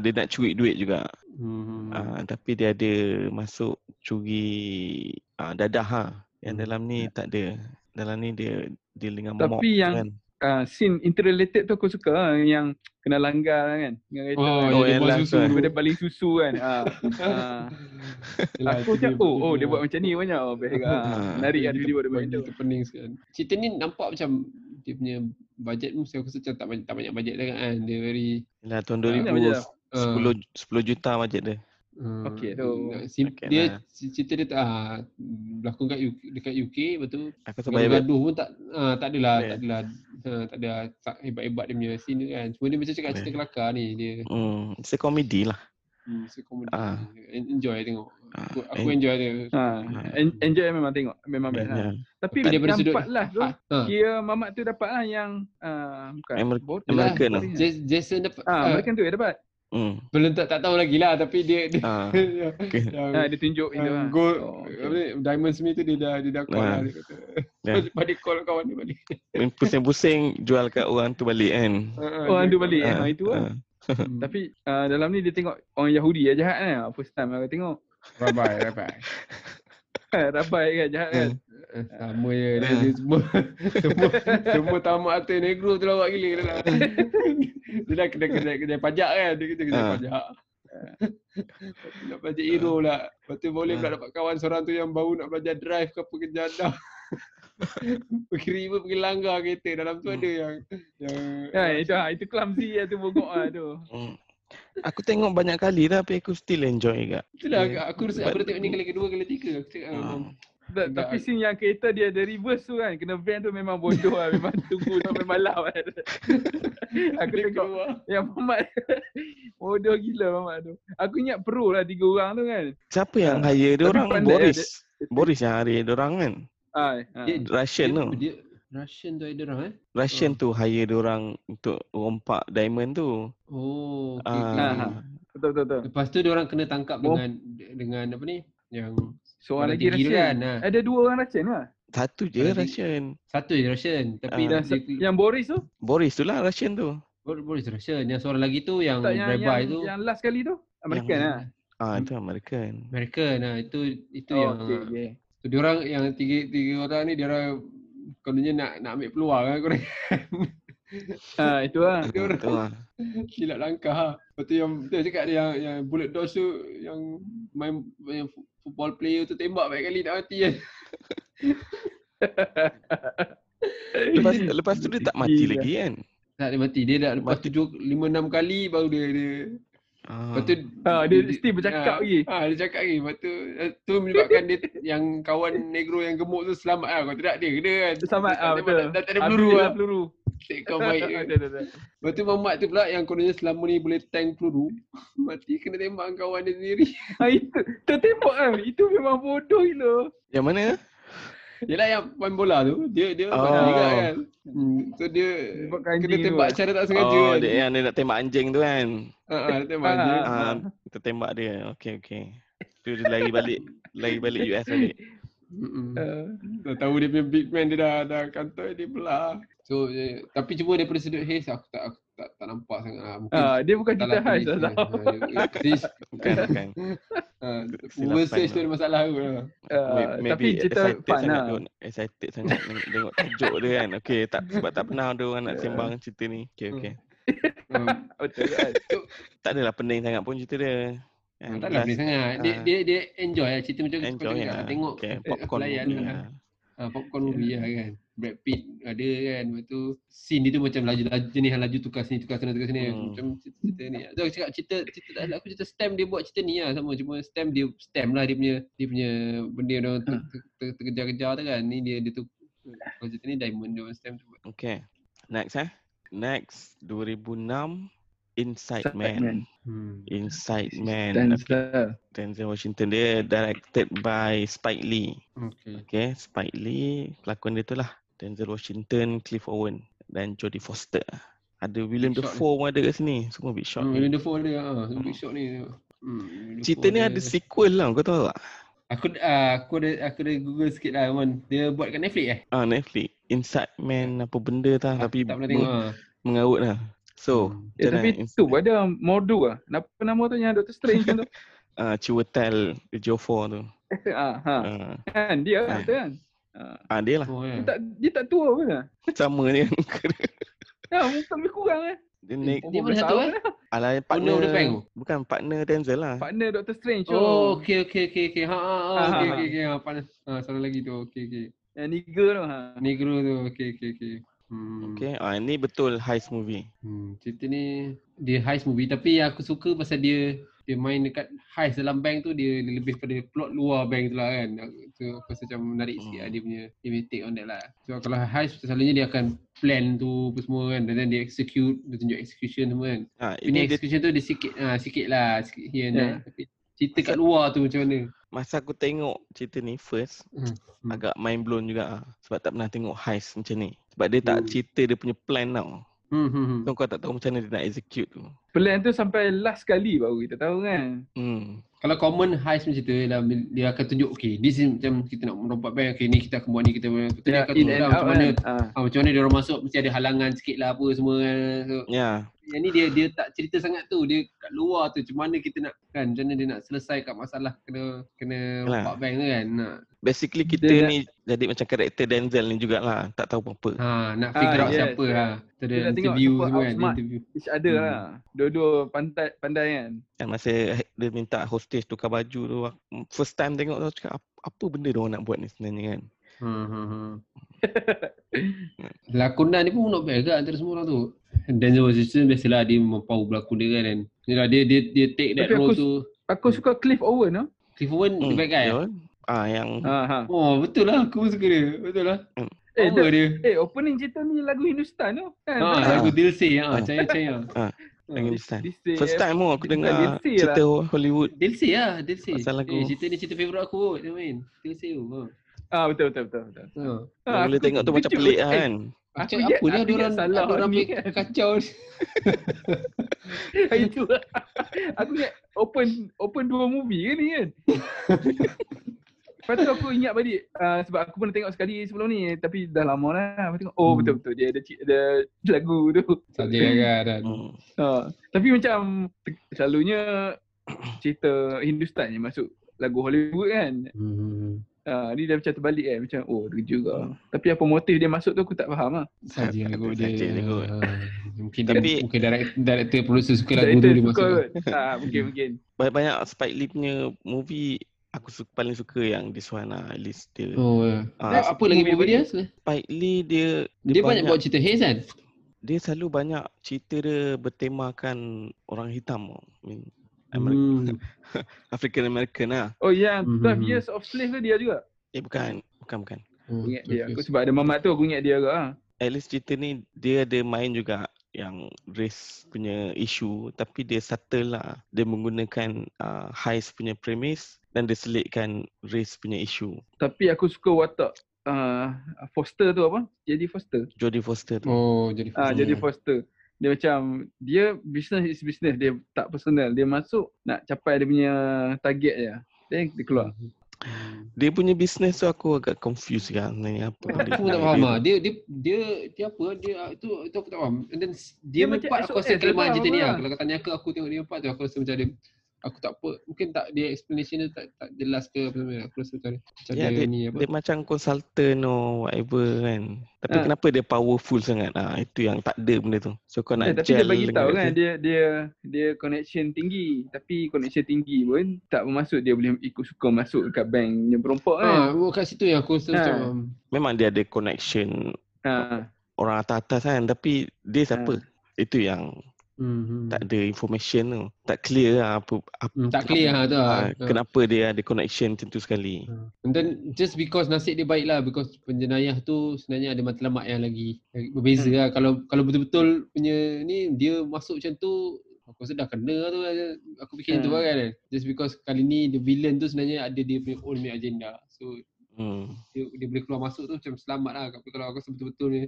[SPEAKER 1] Ah dia nak curi duit juga.
[SPEAKER 2] Hmm.
[SPEAKER 1] Ah tapi dia ada masuk curi ah dadah ha. Yang dalam ni tak ada. Dalam ni dia dia dengan
[SPEAKER 3] Tapi
[SPEAKER 1] mop
[SPEAKER 3] yang-
[SPEAKER 1] kan.
[SPEAKER 3] uh, scene interrelated tu aku suka lah. yang kena langgar kan dengan kereta
[SPEAKER 2] Oh,
[SPEAKER 3] kan.
[SPEAKER 1] Oh,
[SPEAKER 2] oh dia
[SPEAKER 1] yang
[SPEAKER 2] buat
[SPEAKER 1] last
[SPEAKER 2] susu
[SPEAKER 1] one.
[SPEAKER 2] tu.
[SPEAKER 3] Dia baling susu kan. Ha. ha.
[SPEAKER 2] Yelah,
[SPEAKER 3] Aku
[SPEAKER 2] tu
[SPEAKER 3] cakap, oh, oh dia
[SPEAKER 2] tu
[SPEAKER 3] buat macam ni banyak. Oh, best juga.
[SPEAKER 1] Ha.
[SPEAKER 3] Ha. Menarik lah dia kan. buat dia buat
[SPEAKER 2] bagi
[SPEAKER 3] macam tu.
[SPEAKER 2] tu pening sekali. Cerita ni nampak macam dia punya bajet pun saya rasa macam tak banyak, tak banyak bajet lah kan. Dia very
[SPEAKER 1] Ialah tahun
[SPEAKER 2] Ah,
[SPEAKER 1] 2000
[SPEAKER 3] macam dah.
[SPEAKER 2] ah,
[SPEAKER 1] 10 10 juta bajet dia.
[SPEAKER 2] ah,
[SPEAKER 3] Okay, so-
[SPEAKER 2] sim,
[SPEAKER 1] Okay
[SPEAKER 2] dia
[SPEAKER 1] lah.
[SPEAKER 2] cerita dia tak ah, berlaku kat UK, dekat UK lepas tu
[SPEAKER 1] Aku tak bayar
[SPEAKER 2] Gaduh-gaduh pun tak ah, tak adalah,
[SPEAKER 1] Boleh.
[SPEAKER 2] tak adalah ah, tak ada tak hebat-hebat dia punya scene tu kan. Cuma dia macam cakap cerita
[SPEAKER 1] Boleh.
[SPEAKER 2] kelakar ni dia.
[SPEAKER 1] Hmm, it's a comedy lah.
[SPEAKER 2] Hmm, so komedi.
[SPEAKER 1] Ah.
[SPEAKER 2] En- Enjoy tengok.
[SPEAKER 1] Ah,
[SPEAKER 2] Aku, aku
[SPEAKER 1] en-
[SPEAKER 2] enjoy dia.
[SPEAKER 3] Ha. En- Enjoy memang tengok. Memang best. Ha.
[SPEAKER 1] Yeah.
[SPEAKER 3] Tapi
[SPEAKER 2] Tak- daripada sudut-
[SPEAKER 3] dapat lah tu.
[SPEAKER 2] Ah, ah.
[SPEAKER 3] Kira mamat tu dapat lah yang uh, bukan.
[SPEAKER 1] Amer-
[SPEAKER 3] Bor-
[SPEAKER 2] lah.
[SPEAKER 1] American lah.
[SPEAKER 3] Bor-
[SPEAKER 1] tu.
[SPEAKER 3] Bor-
[SPEAKER 2] Jas- Jason dapat
[SPEAKER 3] Ah,
[SPEAKER 2] ah,
[SPEAKER 3] American tu dia dapat.
[SPEAKER 1] Hmm.
[SPEAKER 2] belum tak, tak tahu lagi lah tapi dia dia
[SPEAKER 1] Ah.
[SPEAKER 2] ya.
[SPEAKER 1] okay.
[SPEAKER 2] yang-
[SPEAKER 3] Ha, dia tunjuk
[SPEAKER 2] yang
[SPEAKER 3] itu lah.
[SPEAKER 2] go
[SPEAKER 3] Oh,
[SPEAKER 2] uh, apa
[SPEAKER 3] okay.
[SPEAKER 2] ni, Diamond Smith tu dia dah dia dah call
[SPEAKER 1] Ah.
[SPEAKER 2] lah dia kata.
[SPEAKER 1] Dah.
[SPEAKER 2] Lepas dia call kawan dia balik.
[SPEAKER 1] Pusing-pusing jual kat orang tu balik kan.
[SPEAKER 2] Ah,
[SPEAKER 3] Oh,
[SPEAKER 2] dia
[SPEAKER 3] dia
[SPEAKER 2] call.
[SPEAKER 3] balik.
[SPEAKER 1] Ah,
[SPEAKER 3] Ha, itu lah.
[SPEAKER 1] ah.
[SPEAKER 2] Hmm.
[SPEAKER 3] Tapi uh, dalam ni dia tengok orang Yahudi lah jahat kan. First time aku tengok.
[SPEAKER 2] rabai rabai.
[SPEAKER 3] Ha, rabai kan jahat kan.
[SPEAKER 2] Eh, Sama je dia, dia semua semua semua tamat atas negro tu lawak gila dia lah. dia dah kena kena kena pajak kan dia kena kena
[SPEAKER 1] Ah.
[SPEAKER 2] pajak. Lepas tu nak belajar hero pula. Lepas tu boleh pula
[SPEAKER 1] Ah.
[SPEAKER 2] dapat kawan seorang tu yang baru nak belajar drive ke apa ke jadah. pergi river pergi langgar kereta. Dalam tu
[SPEAKER 1] Hmm.
[SPEAKER 2] ada yang yang
[SPEAKER 3] Ya, itu ah itu clumsy lah tu bogok ah tu.
[SPEAKER 1] Hmm. Aku tengok banyak kali dah tapi aku still enjoy juga.
[SPEAKER 2] Itulah
[SPEAKER 1] dia-
[SPEAKER 2] aku rasa aku dah tengok ni kali kedua kali tiga. Aku cakap
[SPEAKER 1] Ah.
[SPEAKER 2] um,
[SPEAKER 3] Ta-
[SPEAKER 2] Enggak.
[SPEAKER 3] Tapi scene yang kereta dia ada reverse tu kan. Kena van tu memang bodoh lah. Memang tunggu tu memang lawa. Aku
[SPEAKER 2] dia
[SPEAKER 3] tengok
[SPEAKER 2] keluar.
[SPEAKER 3] yang Mamat bodoh gila Mamat tu. Aku ingat pro lah tiga orang tu kan.
[SPEAKER 1] Siapa yang
[SPEAKER 3] Ah.
[SPEAKER 1] hire dia
[SPEAKER 3] Tapi
[SPEAKER 1] orang?
[SPEAKER 3] pandai
[SPEAKER 1] Boris.
[SPEAKER 3] dia-
[SPEAKER 1] Boris yang hire dia orang kan.
[SPEAKER 3] Ha, ha.
[SPEAKER 2] Dia-
[SPEAKER 1] Russian
[SPEAKER 2] Dia-
[SPEAKER 1] tu.
[SPEAKER 2] Dia Russian tu ada orang eh.
[SPEAKER 1] Russian
[SPEAKER 2] Ah.
[SPEAKER 1] tu hire dia orang untuk rompak diamond tu.
[SPEAKER 2] Oh, okay, okay,
[SPEAKER 1] Ah. Oh.
[SPEAKER 2] okay.
[SPEAKER 3] Betul betul betul.
[SPEAKER 2] Lepas tu dia orang kena tangkap
[SPEAKER 3] Bom.
[SPEAKER 2] dengan dengan apa ni? Yang Orang
[SPEAKER 3] Seorang lagi
[SPEAKER 2] tinggi tu
[SPEAKER 3] Russian.
[SPEAKER 2] kan, ha.
[SPEAKER 3] Ada dua orang Russian lah.
[SPEAKER 1] Satu je
[SPEAKER 2] Ada-
[SPEAKER 1] Russian.
[SPEAKER 2] satu je Russian tapi
[SPEAKER 1] Ah.
[SPEAKER 2] dia,
[SPEAKER 3] Yang, se-
[SPEAKER 2] dia,
[SPEAKER 3] yang Boris tu.
[SPEAKER 1] Boris tu lah Russian tu.
[SPEAKER 2] Bor- Boris Russian. Yang seorang lagi tu yang
[SPEAKER 3] Tak yang, yang,
[SPEAKER 2] Rabbi tu
[SPEAKER 3] yang last kali tu. American
[SPEAKER 1] Yang-
[SPEAKER 3] lah.
[SPEAKER 1] Ah itu American.
[SPEAKER 2] American lah. Itu itu
[SPEAKER 3] Oh,
[SPEAKER 2] yang
[SPEAKER 3] okay, okay.
[SPEAKER 2] tu dia orang yang tiga tiga orang ni dia orang kononnya nak nak ambil peluang kan korang
[SPEAKER 3] Ha, itu lah.
[SPEAKER 1] Ah,
[SPEAKER 2] Dia orang-
[SPEAKER 1] tu lah.
[SPEAKER 2] silap langkah ha. Lepas tu yang dia cakap dia yang, yang bullet dodge tu yang main yang fu- football player tu tembak baik kali nak mati kan.
[SPEAKER 1] Lepas, lepas tu dia tak mati
[SPEAKER 3] Gila.
[SPEAKER 1] lagi kan.
[SPEAKER 2] Tak dia mati. Dia dah lepas
[SPEAKER 1] Mati.
[SPEAKER 2] tujuh lima enam kali baru dia dia
[SPEAKER 1] Ah.
[SPEAKER 2] Lepas tu
[SPEAKER 3] Ah, dia still bercakap
[SPEAKER 2] ah,
[SPEAKER 3] lagi.
[SPEAKER 2] Ah, dia cakap lagi. Lepas tu eh, tu menyebabkan dia yang kawan negro yang gemuk tu selamat lah. Kalau tidak dia kena kan.
[SPEAKER 3] Selamat
[SPEAKER 2] Dia tak
[SPEAKER 3] ah betul. Ah,
[SPEAKER 2] ada- Dah tak ada
[SPEAKER 3] Habis
[SPEAKER 2] peluru
[SPEAKER 3] dia
[SPEAKER 2] lah.
[SPEAKER 3] dah peluru. Ah,
[SPEAKER 2] Cik kau baik.
[SPEAKER 3] Ada,
[SPEAKER 2] ke.
[SPEAKER 3] ada, ada.
[SPEAKER 2] Lepas tu mamat tu pula yang kononnya selama ni boleh tank peluru. Mati kena tembak dengan kawan dia sendiri.
[SPEAKER 3] Ha, itu tertembak kan. Itu memang bodoh gila.
[SPEAKER 1] Yang mana?
[SPEAKER 2] Yelah yang main bola tu. Dia dia
[SPEAKER 1] Oh.
[SPEAKER 2] pandai juga kan. Hmm, so dia
[SPEAKER 3] Tembak
[SPEAKER 2] kena
[SPEAKER 3] anjing tu
[SPEAKER 2] tembak
[SPEAKER 3] lah.
[SPEAKER 2] secara tak sengaja
[SPEAKER 1] Oh,
[SPEAKER 2] kan.
[SPEAKER 1] dia yang dia nak tembak anjing tu kan.
[SPEAKER 2] Ah, ah, dia tembak anjing.
[SPEAKER 3] Ah.
[SPEAKER 1] Ah, kita tembak dia. Okey okey. Tu dia lari balik, lari balik US balik.
[SPEAKER 2] Mm-mm.
[SPEAKER 1] Hmm.
[SPEAKER 3] Uh,
[SPEAKER 2] Dah Hmm, tahu dia punya big man dia dah dah kantor dia belah. So eh, tapi cuma daripada sudut Hayes aku tak aku tak, tak nampak sangat lah. Mungkin
[SPEAKER 3] ah, lah. dia bukan cerita
[SPEAKER 2] salah
[SPEAKER 3] khas
[SPEAKER 2] tulis
[SPEAKER 3] dah
[SPEAKER 2] dia.
[SPEAKER 3] tau.
[SPEAKER 2] Ha, dia- dia tulis,
[SPEAKER 1] Bukan bukan.
[SPEAKER 2] ha,
[SPEAKER 1] Silapan
[SPEAKER 2] Over search
[SPEAKER 1] lah.
[SPEAKER 2] tu ada masalah aku lah.
[SPEAKER 3] Ah,
[SPEAKER 1] May-
[SPEAKER 3] Tapi cerita
[SPEAKER 1] excited
[SPEAKER 3] fun
[SPEAKER 1] sangat
[SPEAKER 3] lah.
[SPEAKER 1] kot. Excited sangat tengok, tengok tajuk dia kan. Okey, tak sebab tak pernah ada orang nak sembang cerita ni. Okey okey.
[SPEAKER 2] Ha,
[SPEAKER 3] Betul kan?
[SPEAKER 1] Tak adalah pening sangat pun cerita dia. Kan,
[SPEAKER 2] tak lah pening sangat. Dia,
[SPEAKER 1] ah.
[SPEAKER 2] dia dia enjoy lah cerita macam kau
[SPEAKER 1] Enjoy
[SPEAKER 2] tengok,
[SPEAKER 1] lah.
[SPEAKER 2] tengok
[SPEAKER 1] Okay,
[SPEAKER 2] eh,
[SPEAKER 1] popcorn
[SPEAKER 2] layan
[SPEAKER 1] movie
[SPEAKER 2] lah.
[SPEAKER 1] lah.
[SPEAKER 2] ha, popcorn movie lah kan. Brad Pitt ada kan. Lepas tu scene dia tu macam laju-laju jenis yang laju tukar sini tukar sana tukar sini.
[SPEAKER 1] Hmm.
[SPEAKER 2] Macam cerita, cerita ni. So aku cakap cerita cerita tak salah aku cerita stem dia buat cerita ni lah sama cuma stem dia stem lah dia punya dia punya benda dia orang ter, ter, ter, terkejar-kejar tu kan. Ni dia dia tu kalau cerita ni diamond dia orang stem tu buat.
[SPEAKER 1] Okay. Next eh. Next 2006 Inside,
[SPEAKER 3] Inside
[SPEAKER 1] Man.
[SPEAKER 3] Man.
[SPEAKER 2] Hmm.
[SPEAKER 1] Inside Man.
[SPEAKER 3] Stanza.
[SPEAKER 1] Denzel Washington dia directed by Spike Lee.
[SPEAKER 2] Okay.
[SPEAKER 1] Okay, Spike Lee pelakon dia tu lah. Denzel Washington, Cliff Owen dan Jodie Foster. Ada William
[SPEAKER 2] Big shot
[SPEAKER 1] Dafoe pun ada kat sini. Semua big shot
[SPEAKER 2] Hmm,
[SPEAKER 1] ni.
[SPEAKER 2] William Dafoe ada. Ha, so big shot ni. Hmm,
[SPEAKER 1] Cerita ni
[SPEAKER 2] Dafoe
[SPEAKER 1] ada sequel lah kau tahu tak?
[SPEAKER 2] Aku ah, aku ada aku ada Google sikit lah Mon. Dia buat kat Netflix eh?
[SPEAKER 1] Ah Netflix Inside Man apa benda tah
[SPEAKER 2] Aku
[SPEAKER 1] tapi
[SPEAKER 2] tak pernah
[SPEAKER 1] meng-
[SPEAKER 2] tengok. Ha.
[SPEAKER 1] mengarut lah. So,
[SPEAKER 2] Hmm.
[SPEAKER 1] macam
[SPEAKER 3] Eh, tapi
[SPEAKER 1] mana ins-
[SPEAKER 3] tu ada Mordu lah. Apa nama tu yang Doctor Strange tu?
[SPEAKER 2] Hmm.
[SPEAKER 1] ah Chiwetel Ejiofor tu.
[SPEAKER 3] ah, ha.
[SPEAKER 1] Ah
[SPEAKER 3] Kan dia
[SPEAKER 1] Ah.
[SPEAKER 3] kan. kan. Ah,
[SPEAKER 1] ah, dia lah.
[SPEAKER 2] Oh,
[SPEAKER 3] dia
[SPEAKER 2] ya.
[SPEAKER 3] tak dia tak tua pun lah.
[SPEAKER 1] Sama dia.
[SPEAKER 3] Ha, mungkin lebih kurang eh.
[SPEAKER 1] dia naik
[SPEAKER 2] Dia
[SPEAKER 3] Umur
[SPEAKER 2] mana
[SPEAKER 3] berapa
[SPEAKER 2] satu,
[SPEAKER 3] tahun
[SPEAKER 2] eh?
[SPEAKER 3] lah.
[SPEAKER 1] ala
[SPEAKER 2] Owner of the bank tu?
[SPEAKER 1] partner bukan partner Denzel lah.
[SPEAKER 3] Partner Doctor Strange tu.
[SPEAKER 2] Oh, okey okey okey okey. Ha ha ha.
[SPEAKER 3] Ah,
[SPEAKER 2] Okey
[SPEAKER 3] ah,
[SPEAKER 2] okey okey. Ha panas. Ha satu lagi tu. Okey okey.
[SPEAKER 3] Yang nigger tu ha.
[SPEAKER 2] Negro tu. Okey okey okey. Hmm.
[SPEAKER 1] Okay, ah ni betul heist movie.
[SPEAKER 2] Hmm, cerita ni dia heist movie tapi yang aku suka pasal dia dia main dekat heist dalam bank tu dia lebih pada plot luar bank tu lah kan. Aku- Tu aku rasa macam menarik sikit lah dia punya dia punya take on that lah. So kalau heist selalunya dia akan plan tu apa semua kan dan then dia execute, dia tunjuk execution semua kan.
[SPEAKER 1] Ah ini
[SPEAKER 2] Ini
[SPEAKER 1] dia
[SPEAKER 2] execution tu dia sikit ah sikit lah sikit here and
[SPEAKER 3] Ya.
[SPEAKER 2] there. Tapi cerita kat luar tu macam mana.
[SPEAKER 1] masa aku tengok cerita ni first
[SPEAKER 2] Hmm, hmm.
[SPEAKER 1] agak mind blown juga ah sebab tak pernah tengok heist macam ni. Sebab dia tak
[SPEAKER 2] Hmm.
[SPEAKER 1] cerita dia punya plan tau.
[SPEAKER 2] Hmm hmm. hmm.
[SPEAKER 1] So kau tak tahu macam mana dia nak execute tu.
[SPEAKER 3] Plan tu sampai last kali baru kita tahu kan.
[SPEAKER 1] Hmm.
[SPEAKER 2] Kalau common heist macam tu ialah bil- dia akan tunjuk okay this is macam kita nak merompak bank okay ni kita akan buat ni kita buat ni. Dia
[SPEAKER 3] Ya,
[SPEAKER 2] akan
[SPEAKER 3] in
[SPEAKER 2] tunjuk
[SPEAKER 3] and
[SPEAKER 2] lah
[SPEAKER 3] out
[SPEAKER 2] macam mana
[SPEAKER 3] kan. Ah.
[SPEAKER 2] Ah, macam mana dia orang masuk mesti ada halangan sikit lah apa semua kan. so,
[SPEAKER 1] Ya. Yeah.
[SPEAKER 2] yang ni dia dia tak cerita sangat tu dia kat luar tu macam mana kita nak kan macam mana dia nak selesai kat masalah kena kena
[SPEAKER 1] Yalah.
[SPEAKER 2] pak bank tu kan nak
[SPEAKER 1] Basically kita
[SPEAKER 3] Dia nak-
[SPEAKER 1] ni jadi macam karakter Denzel ni jugalah. Tak tahu apa-apa.
[SPEAKER 2] ha nak
[SPEAKER 3] Ah,
[SPEAKER 2] figure out
[SPEAKER 3] yes.
[SPEAKER 2] siapa ha kita ada
[SPEAKER 3] Dia nak tengok
[SPEAKER 2] interview
[SPEAKER 3] siapa
[SPEAKER 2] semua kan
[SPEAKER 3] outsmart.
[SPEAKER 2] interview
[SPEAKER 3] Each other
[SPEAKER 2] Hmm.
[SPEAKER 3] lah. Dua-dua pandai, pandai kan.
[SPEAKER 1] Kan masa dia minta hostage tukar baju tu aku- first time tengok tu aku cakap "Ap- apa benda dia orang nak buat ni sebenarnya kan.
[SPEAKER 2] hmm, hmm, hmm. lakonan dia pun not bad juga antara semua orang tu Denzel Washington biasalah dia mempau berlakon dia kan Yalah, dia dia dia take that
[SPEAKER 3] Tapi
[SPEAKER 2] role
[SPEAKER 3] aku-
[SPEAKER 2] tu
[SPEAKER 3] Aku
[SPEAKER 2] Hmm.
[SPEAKER 3] suka Cliff Owen tu.
[SPEAKER 2] Cliff
[SPEAKER 3] Hmm,
[SPEAKER 2] Owen dia baik kan
[SPEAKER 1] ya kan? Ah yang
[SPEAKER 3] Ha, ha.
[SPEAKER 2] Oh betul lah aku pun suka dia betul lah
[SPEAKER 3] Eh,
[SPEAKER 2] Power
[SPEAKER 3] dia,
[SPEAKER 2] dia
[SPEAKER 3] eh opening cerita ni lagu Hindustan tu. Kan?
[SPEAKER 2] Ha,
[SPEAKER 1] Ah.
[SPEAKER 2] lagu Dil Say ha, Caya Caya.
[SPEAKER 1] Ah, dengan
[SPEAKER 2] Ha.
[SPEAKER 1] Instan.
[SPEAKER 3] This day-
[SPEAKER 1] First time pun aku
[SPEAKER 3] dia Ah,
[SPEAKER 1] dengar
[SPEAKER 3] tak gengsi
[SPEAKER 1] cerita Hollywood.
[SPEAKER 2] Dil Say lah, Dil Say.
[SPEAKER 1] Pasal lagu-
[SPEAKER 2] Eh, cerita ni cerita favourite aku kot, dia main. Dil Say tu. Ha.
[SPEAKER 3] Ah betul betul betul betul.
[SPEAKER 2] Ha.
[SPEAKER 3] Ah,
[SPEAKER 1] Mula
[SPEAKER 3] aku
[SPEAKER 1] tengok tu macam
[SPEAKER 3] terkejut.
[SPEAKER 1] pelik lah
[SPEAKER 3] Eh,
[SPEAKER 1] kan.
[SPEAKER 2] Macam
[SPEAKER 3] Aku
[SPEAKER 2] apa ni
[SPEAKER 3] ingat-
[SPEAKER 2] ada
[SPEAKER 3] aku
[SPEAKER 2] orang
[SPEAKER 3] ingat salah
[SPEAKER 2] ada orang
[SPEAKER 3] ni
[SPEAKER 2] punya
[SPEAKER 3] kan.
[SPEAKER 2] kacau. ni.
[SPEAKER 3] Itu lah. Aku ingat open open dua movie ke ni kan. Lepas tu aku ingat balik uh, sebab aku pernah tengok sekali sebelum ni tapi dah lama lah. Aku tengok oh
[SPEAKER 2] Hmm.
[SPEAKER 3] betul betul dia ada, ci- ada lagu tu.
[SPEAKER 2] Saja kan. kan.
[SPEAKER 1] Hmm.
[SPEAKER 3] Ha, tapi macam te- selalunya cerita Hindustan yang masuk lagu Hollywood kan.
[SPEAKER 2] Hmm.
[SPEAKER 3] Ha, ni dia macam terbalik kan macam oh dia juga. Tapi apa motif dia masuk tu aku tak faham lah.
[SPEAKER 2] Saja
[SPEAKER 1] Ah,
[SPEAKER 2] kot dia.
[SPEAKER 1] saja kot.
[SPEAKER 2] Ha. Mungkin dia
[SPEAKER 1] Tapi-
[SPEAKER 2] mungkin direct- director producer suka lagu tu
[SPEAKER 3] Director
[SPEAKER 2] dia
[SPEAKER 3] suka
[SPEAKER 2] masuk.
[SPEAKER 3] kot. Ha, mungkin mungkin.
[SPEAKER 1] Banyak-banyak Spike Lee punya movie aku suka, paling suka yang this one lah at least dia.
[SPEAKER 2] Oh, ya.
[SPEAKER 1] Ah,
[SPEAKER 2] apa lagi
[SPEAKER 3] movie
[SPEAKER 2] movie dia?
[SPEAKER 1] Spike Lee dia
[SPEAKER 2] Dia banyak buat cerita Haze kan?
[SPEAKER 1] dia selalu banyak cerita dia bertemakan orang hitam. tau. I mean, Ameri-
[SPEAKER 2] Hmm.
[SPEAKER 1] African American lah.
[SPEAKER 3] Oh yang
[SPEAKER 2] Mhm.
[SPEAKER 3] 12 Years of Slave tu dia juga.
[SPEAKER 1] Eh bukan, bukan bukan.
[SPEAKER 2] Oh,
[SPEAKER 3] Aku ingat dia. Aku
[SPEAKER 2] bagus.
[SPEAKER 3] sebab ada mamat tu aku ingat dia agak ah.
[SPEAKER 1] At least cerita ni dia ada main juga yang race punya isu tapi dia subtle lah. Dia menggunakan uh, heist punya premis dan dia selitkan race punya isu.
[SPEAKER 3] Tapi aku suka watak uh, Foster tu apa? Jadi Foster.
[SPEAKER 1] Jodie Foster tu.
[SPEAKER 2] Oh, jadi
[SPEAKER 3] Ah
[SPEAKER 1] Hmm.
[SPEAKER 3] jadi Foster. Dia macam dia business is business dia tak personal. Dia masuk nak capai dia punya target je. Then dia keluar.
[SPEAKER 2] Hmm.
[SPEAKER 1] Dia punya business tu aku agak confused kan sebenarnya apa.
[SPEAKER 2] Aku
[SPEAKER 1] dia
[SPEAKER 2] pun tak
[SPEAKER 1] punya
[SPEAKER 2] faham
[SPEAKER 1] dia
[SPEAKER 2] lah. Dia dia dia dia apa? Dia ah, itu itu aku tak faham. And then s- dia
[SPEAKER 3] Dia
[SPEAKER 2] punya
[SPEAKER 3] macam
[SPEAKER 2] part aku
[SPEAKER 3] SOS
[SPEAKER 2] rasa
[SPEAKER 3] dia
[SPEAKER 2] kelemahan
[SPEAKER 3] faham
[SPEAKER 2] cerita ni
[SPEAKER 3] apa
[SPEAKER 2] lah.
[SPEAKER 3] lah.
[SPEAKER 2] Kalau kau tanya aku aku tengok dia part tu aku rasa macam dia aku tak apa mungkin tak dia explanation dia tak tak jelas ke apa semua. Aku rasa macam dia- macam
[SPEAKER 1] Ya,
[SPEAKER 2] dia ni apa.
[SPEAKER 1] Dia macam consultant or whatever kan. Tapi
[SPEAKER 3] Ah.
[SPEAKER 1] kenapa dia powerful sangat? Ah itu yang tak ada benda tu. So kau
[SPEAKER 3] Eh,
[SPEAKER 1] nak
[SPEAKER 3] tapi dia
[SPEAKER 1] gel
[SPEAKER 3] bagi
[SPEAKER 1] dengan
[SPEAKER 3] tahu
[SPEAKER 1] dia
[SPEAKER 3] kan
[SPEAKER 1] tu.
[SPEAKER 3] dia dia dia connection tinggi tapi connection tinggi pun tak bermaksud dia boleh ikut suka masuk dekat bank yang perompak kan.
[SPEAKER 2] Ah, oh, kat situ yang aku rasa
[SPEAKER 3] Ha.
[SPEAKER 2] macam um,
[SPEAKER 1] Memang dia ada connection
[SPEAKER 3] Ha.
[SPEAKER 1] orang atas-atas kan tapi dia siapa? Itu yang
[SPEAKER 2] Hmm.
[SPEAKER 1] tak ada information tu tak clear lah apa, apa
[SPEAKER 2] Hmm, tak clear ha tu
[SPEAKER 1] ah,
[SPEAKER 2] lah.
[SPEAKER 1] kenapa dia ada connection tentu sekali
[SPEAKER 2] And then just because nasib dia baik lah because penjenayah tu sebenarnya ada matlamat yang lagi lagi berbeza
[SPEAKER 1] Hmm.
[SPEAKER 2] lah. Kalau kalau betul-betul punya ni dia masuk macam tu aku rasa dah kena lah tu lah. aku fikir hmm. tu
[SPEAKER 3] Hmm.
[SPEAKER 2] lah kan. Just because kali ni the villain tu sebenarnya ada dia punya own punya agenda. So
[SPEAKER 1] hmm.
[SPEAKER 2] dia, dia boleh keluar masuk tu macam selamat lah. Tapi kalau aku rasa betul-betul ni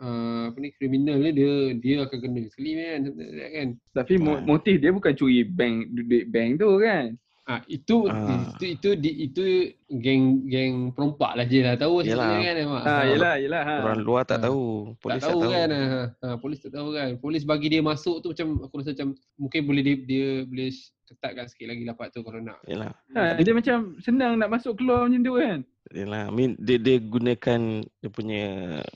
[SPEAKER 2] uh, apa ni kriminal ni dia dia akan kena sekali kan something like that kan.
[SPEAKER 3] Tapi mo-
[SPEAKER 1] Ah.
[SPEAKER 3] motif dia bukan curi bank du- duit bank tu kan.
[SPEAKER 2] Ah itu,
[SPEAKER 1] Ah.
[SPEAKER 2] itu itu di- itu geng geng perompak lah je lah
[SPEAKER 1] Yelah.
[SPEAKER 2] tahu sebenarnya kan Ahmad.
[SPEAKER 3] Ha yelah yelah ha.
[SPEAKER 1] orang luar tak
[SPEAKER 2] Ha.
[SPEAKER 1] tahu
[SPEAKER 2] Polis
[SPEAKER 1] polis
[SPEAKER 2] tak tahu, kan ha, ha, polis tak tahu kan polis bagi dia masuk tu macam aku rasa macam mungkin boleh dia, dia boleh ketatkan sikit lagi lapat tu kalau nak
[SPEAKER 1] yalah
[SPEAKER 3] Ha, dia macam senang nak masuk keluar macam tu kan.
[SPEAKER 1] Hmm. Yalah, I mean, dia, dia gunakan dia punya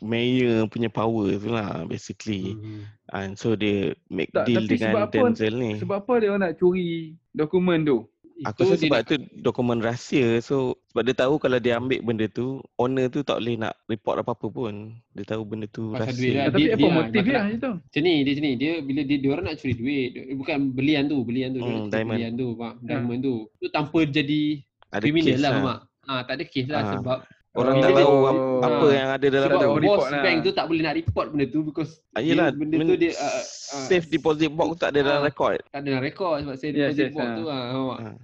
[SPEAKER 1] mayor punya power tu lah basically.
[SPEAKER 2] hmm.
[SPEAKER 1] And so dia make
[SPEAKER 3] Tak,
[SPEAKER 1] deal
[SPEAKER 3] tapi sebab
[SPEAKER 1] dengan
[SPEAKER 3] apa-
[SPEAKER 1] Denzel ni.
[SPEAKER 3] Sebab apa dia orang nak curi dokumen tu?
[SPEAKER 1] Aku rasa sebab tu dokumen rahsia. So sebab dia tahu kalau dia ambil benda tu, owner tu tak boleh nak report apa-apa pun. Dia tahu benda tu
[SPEAKER 2] Pasal
[SPEAKER 1] rahsia.
[SPEAKER 2] duit lah.
[SPEAKER 3] Tapi
[SPEAKER 2] dia-
[SPEAKER 3] apa
[SPEAKER 2] dia-
[SPEAKER 3] motif dia
[SPEAKER 2] masalah.
[SPEAKER 3] macam tu?
[SPEAKER 2] macam ni dia macam ni dia bila dia, dia orang nak curi duit eh, bukan belian tu belian tu dia
[SPEAKER 1] Hmm,
[SPEAKER 2] nak curi
[SPEAKER 1] diamond.
[SPEAKER 2] belian tu mak, diamond tu tu tanpa jadi
[SPEAKER 1] Ada
[SPEAKER 2] kriminal
[SPEAKER 1] kes
[SPEAKER 2] lah mak ah tak ada kes lah
[SPEAKER 1] Ah.
[SPEAKER 2] sebab
[SPEAKER 1] Orang
[SPEAKER 2] Bila
[SPEAKER 1] tak
[SPEAKER 2] dia-
[SPEAKER 1] tahu ap-
[SPEAKER 3] Oh.
[SPEAKER 1] apa yang ada dalam
[SPEAKER 2] sebab
[SPEAKER 3] tak
[SPEAKER 1] tu.
[SPEAKER 3] tahu
[SPEAKER 2] bos
[SPEAKER 3] report lah.
[SPEAKER 2] bank tu tak boleh nak report benda tu because
[SPEAKER 1] Ah,
[SPEAKER 2] dia-
[SPEAKER 1] Yelah,
[SPEAKER 2] benda tu
[SPEAKER 1] men-
[SPEAKER 2] dia ah, ah,
[SPEAKER 1] safe deposit box tu tak ada dalam
[SPEAKER 2] ah.
[SPEAKER 1] rekod.
[SPEAKER 2] tak ada dalam rekod sebab saya
[SPEAKER 3] Yes,
[SPEAKER 2] deposit
[SPEAKER 3] yes,
[SPEAKER 2] box
[SPEAKER 3] ah.
[SPEAKER 2] tu ah mak.
[SPEAKER 1] Ah.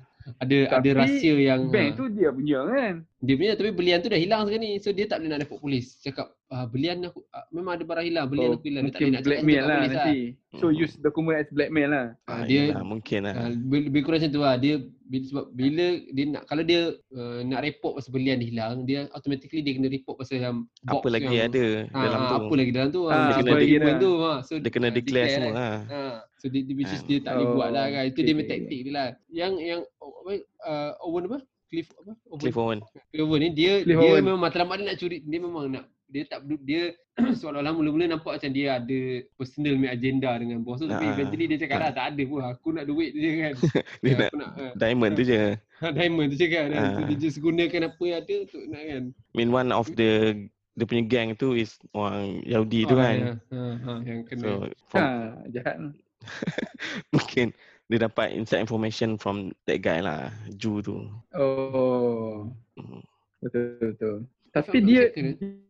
[SPEAKER 2] ada ada
[SPEAKER 3] Tapi
[SPEAKER 2] rahsia yang
[SPEAKER 3] Bank
[SPEAKER 2] ah.
[SPEAKER 3] tu dia punya kan.
[SPEAKER 2] Dia punya tapi belian tu dah hilang sekarang ni. So dia tak boleh nak report polis. Cakap ah, belian aku ah, memang ada barang hilang, belian
[SPEAKER 3] Oh,
[SPEAKER 2] aku hilang. Dia tak boleh
[SPEAKER 3] Mungkin
[SPEAKER 2] nak cakap
[SPEAKER 3] blackmail
[SPEAKER 2] tu kat
[SPEAKER 3] lah
[SPEAKER 2] polis
[SPEAKER 3] nanti. So
[SPEAKER 1] Hmm.
[SPEAKER 3] use dokumen as blackmail lah.
[SPEAKER 1] Ah,
[SPEAKER 2] Ah, dia
[SPEAKER 1] yelah, mungkin lah.
[SPEAKER 2] ah, lebih, lebih kurang macam tu lah. Dia bila, sebab bila dia nak kalau dia uh, nak report pasal belian dia hilang, dia automatically dia kena report pasal yang box
[SPEAKER 1] Apa lagi
[SPEAKER 2] yang,
[SPEAKER 1] ada
[SPEAKER 2] Ah,
[SPEAKER 1] dalam tu.
[SPEAKER 2] Apa lagi dalam tu?
[SPEAKER 3] Ah,
[SPEAKER 2] Ah,
[SPEAKER 1] dia kena
[SPEAKER 2] apa lagi
[SPEAKER 3] declare.
[SPEAKER 2] dalam tu? ah. So
[SPEAKER 1] Dia kena
[SPEAKER 2] ah,
[SPEAKER 1] declare
[SPEAKER 2] lah.
[SPEAKER 1] semua lah.
[SPEAKER 2] Ha. So dia, dia which is
[SPEAKER 1] Ah.
[SPEAKER 2] dia tak boleh
[SPEAKER 3] Oh,
[SPEAKER 2] buat lah kan. Itu dia punya
[SPEAKER 3] okay.
[SPEAKER 2] taktik dia lah. Yang yang apa uh, Owen apa? Cliff apa? Owen.
[SPEAKER 1] Cliff Owen.
[SPEAKER 2] Clever ni dia
[SPEAKER 3] Cliff
[SPEAKER 2] dia
[SPEAKER 3] Owen.
[SPEAKER 2] memang matlamat dia nak curi dia memang nak dia tak peduli- dia seolah-olah mula-mula nampak macam dia ada personal punya agenda dengan bos tu tapi
[SPEAKER 1] Ah.
[SPEAKER 2] eventually dia cakap lah tak ada pun aku nak duit je kan.
[SPEAKER 1] Dia
[SPEAKER 2] Ya,
[SPEAKER 1] nak
[SPEAKER 2] aku nak
[SPEAKER 1] diamond tu je.
[SPEAKER 2] ah, diamond tu je kan. Ah, tu
[SPEAKER 1] Ah.
[SPEAKER 2] dia just gunakan apa yang ada untuk nak kan.
[SPEAKER 1] I mean one of the dia punya gang tu is orang Yahudi tu kan.
[SPEAKER 2] Ah, ya. Ah, ah, yang kena.
[SPEAKER 1] So
[SPEAKER 2] So,
[SPEAKER 1] from,
[SPEAKER 3] Ha jahat. lah.
[SPEAKER 1] mungkin dia dapat inside information from that guy lah, Jew tu.
[SPEAKER 3] Oh.
[SPEAKER 1] Hmm.
[SPEAKER 2] Kan.
[SPEAKER 3] Betul betul. Tapi dia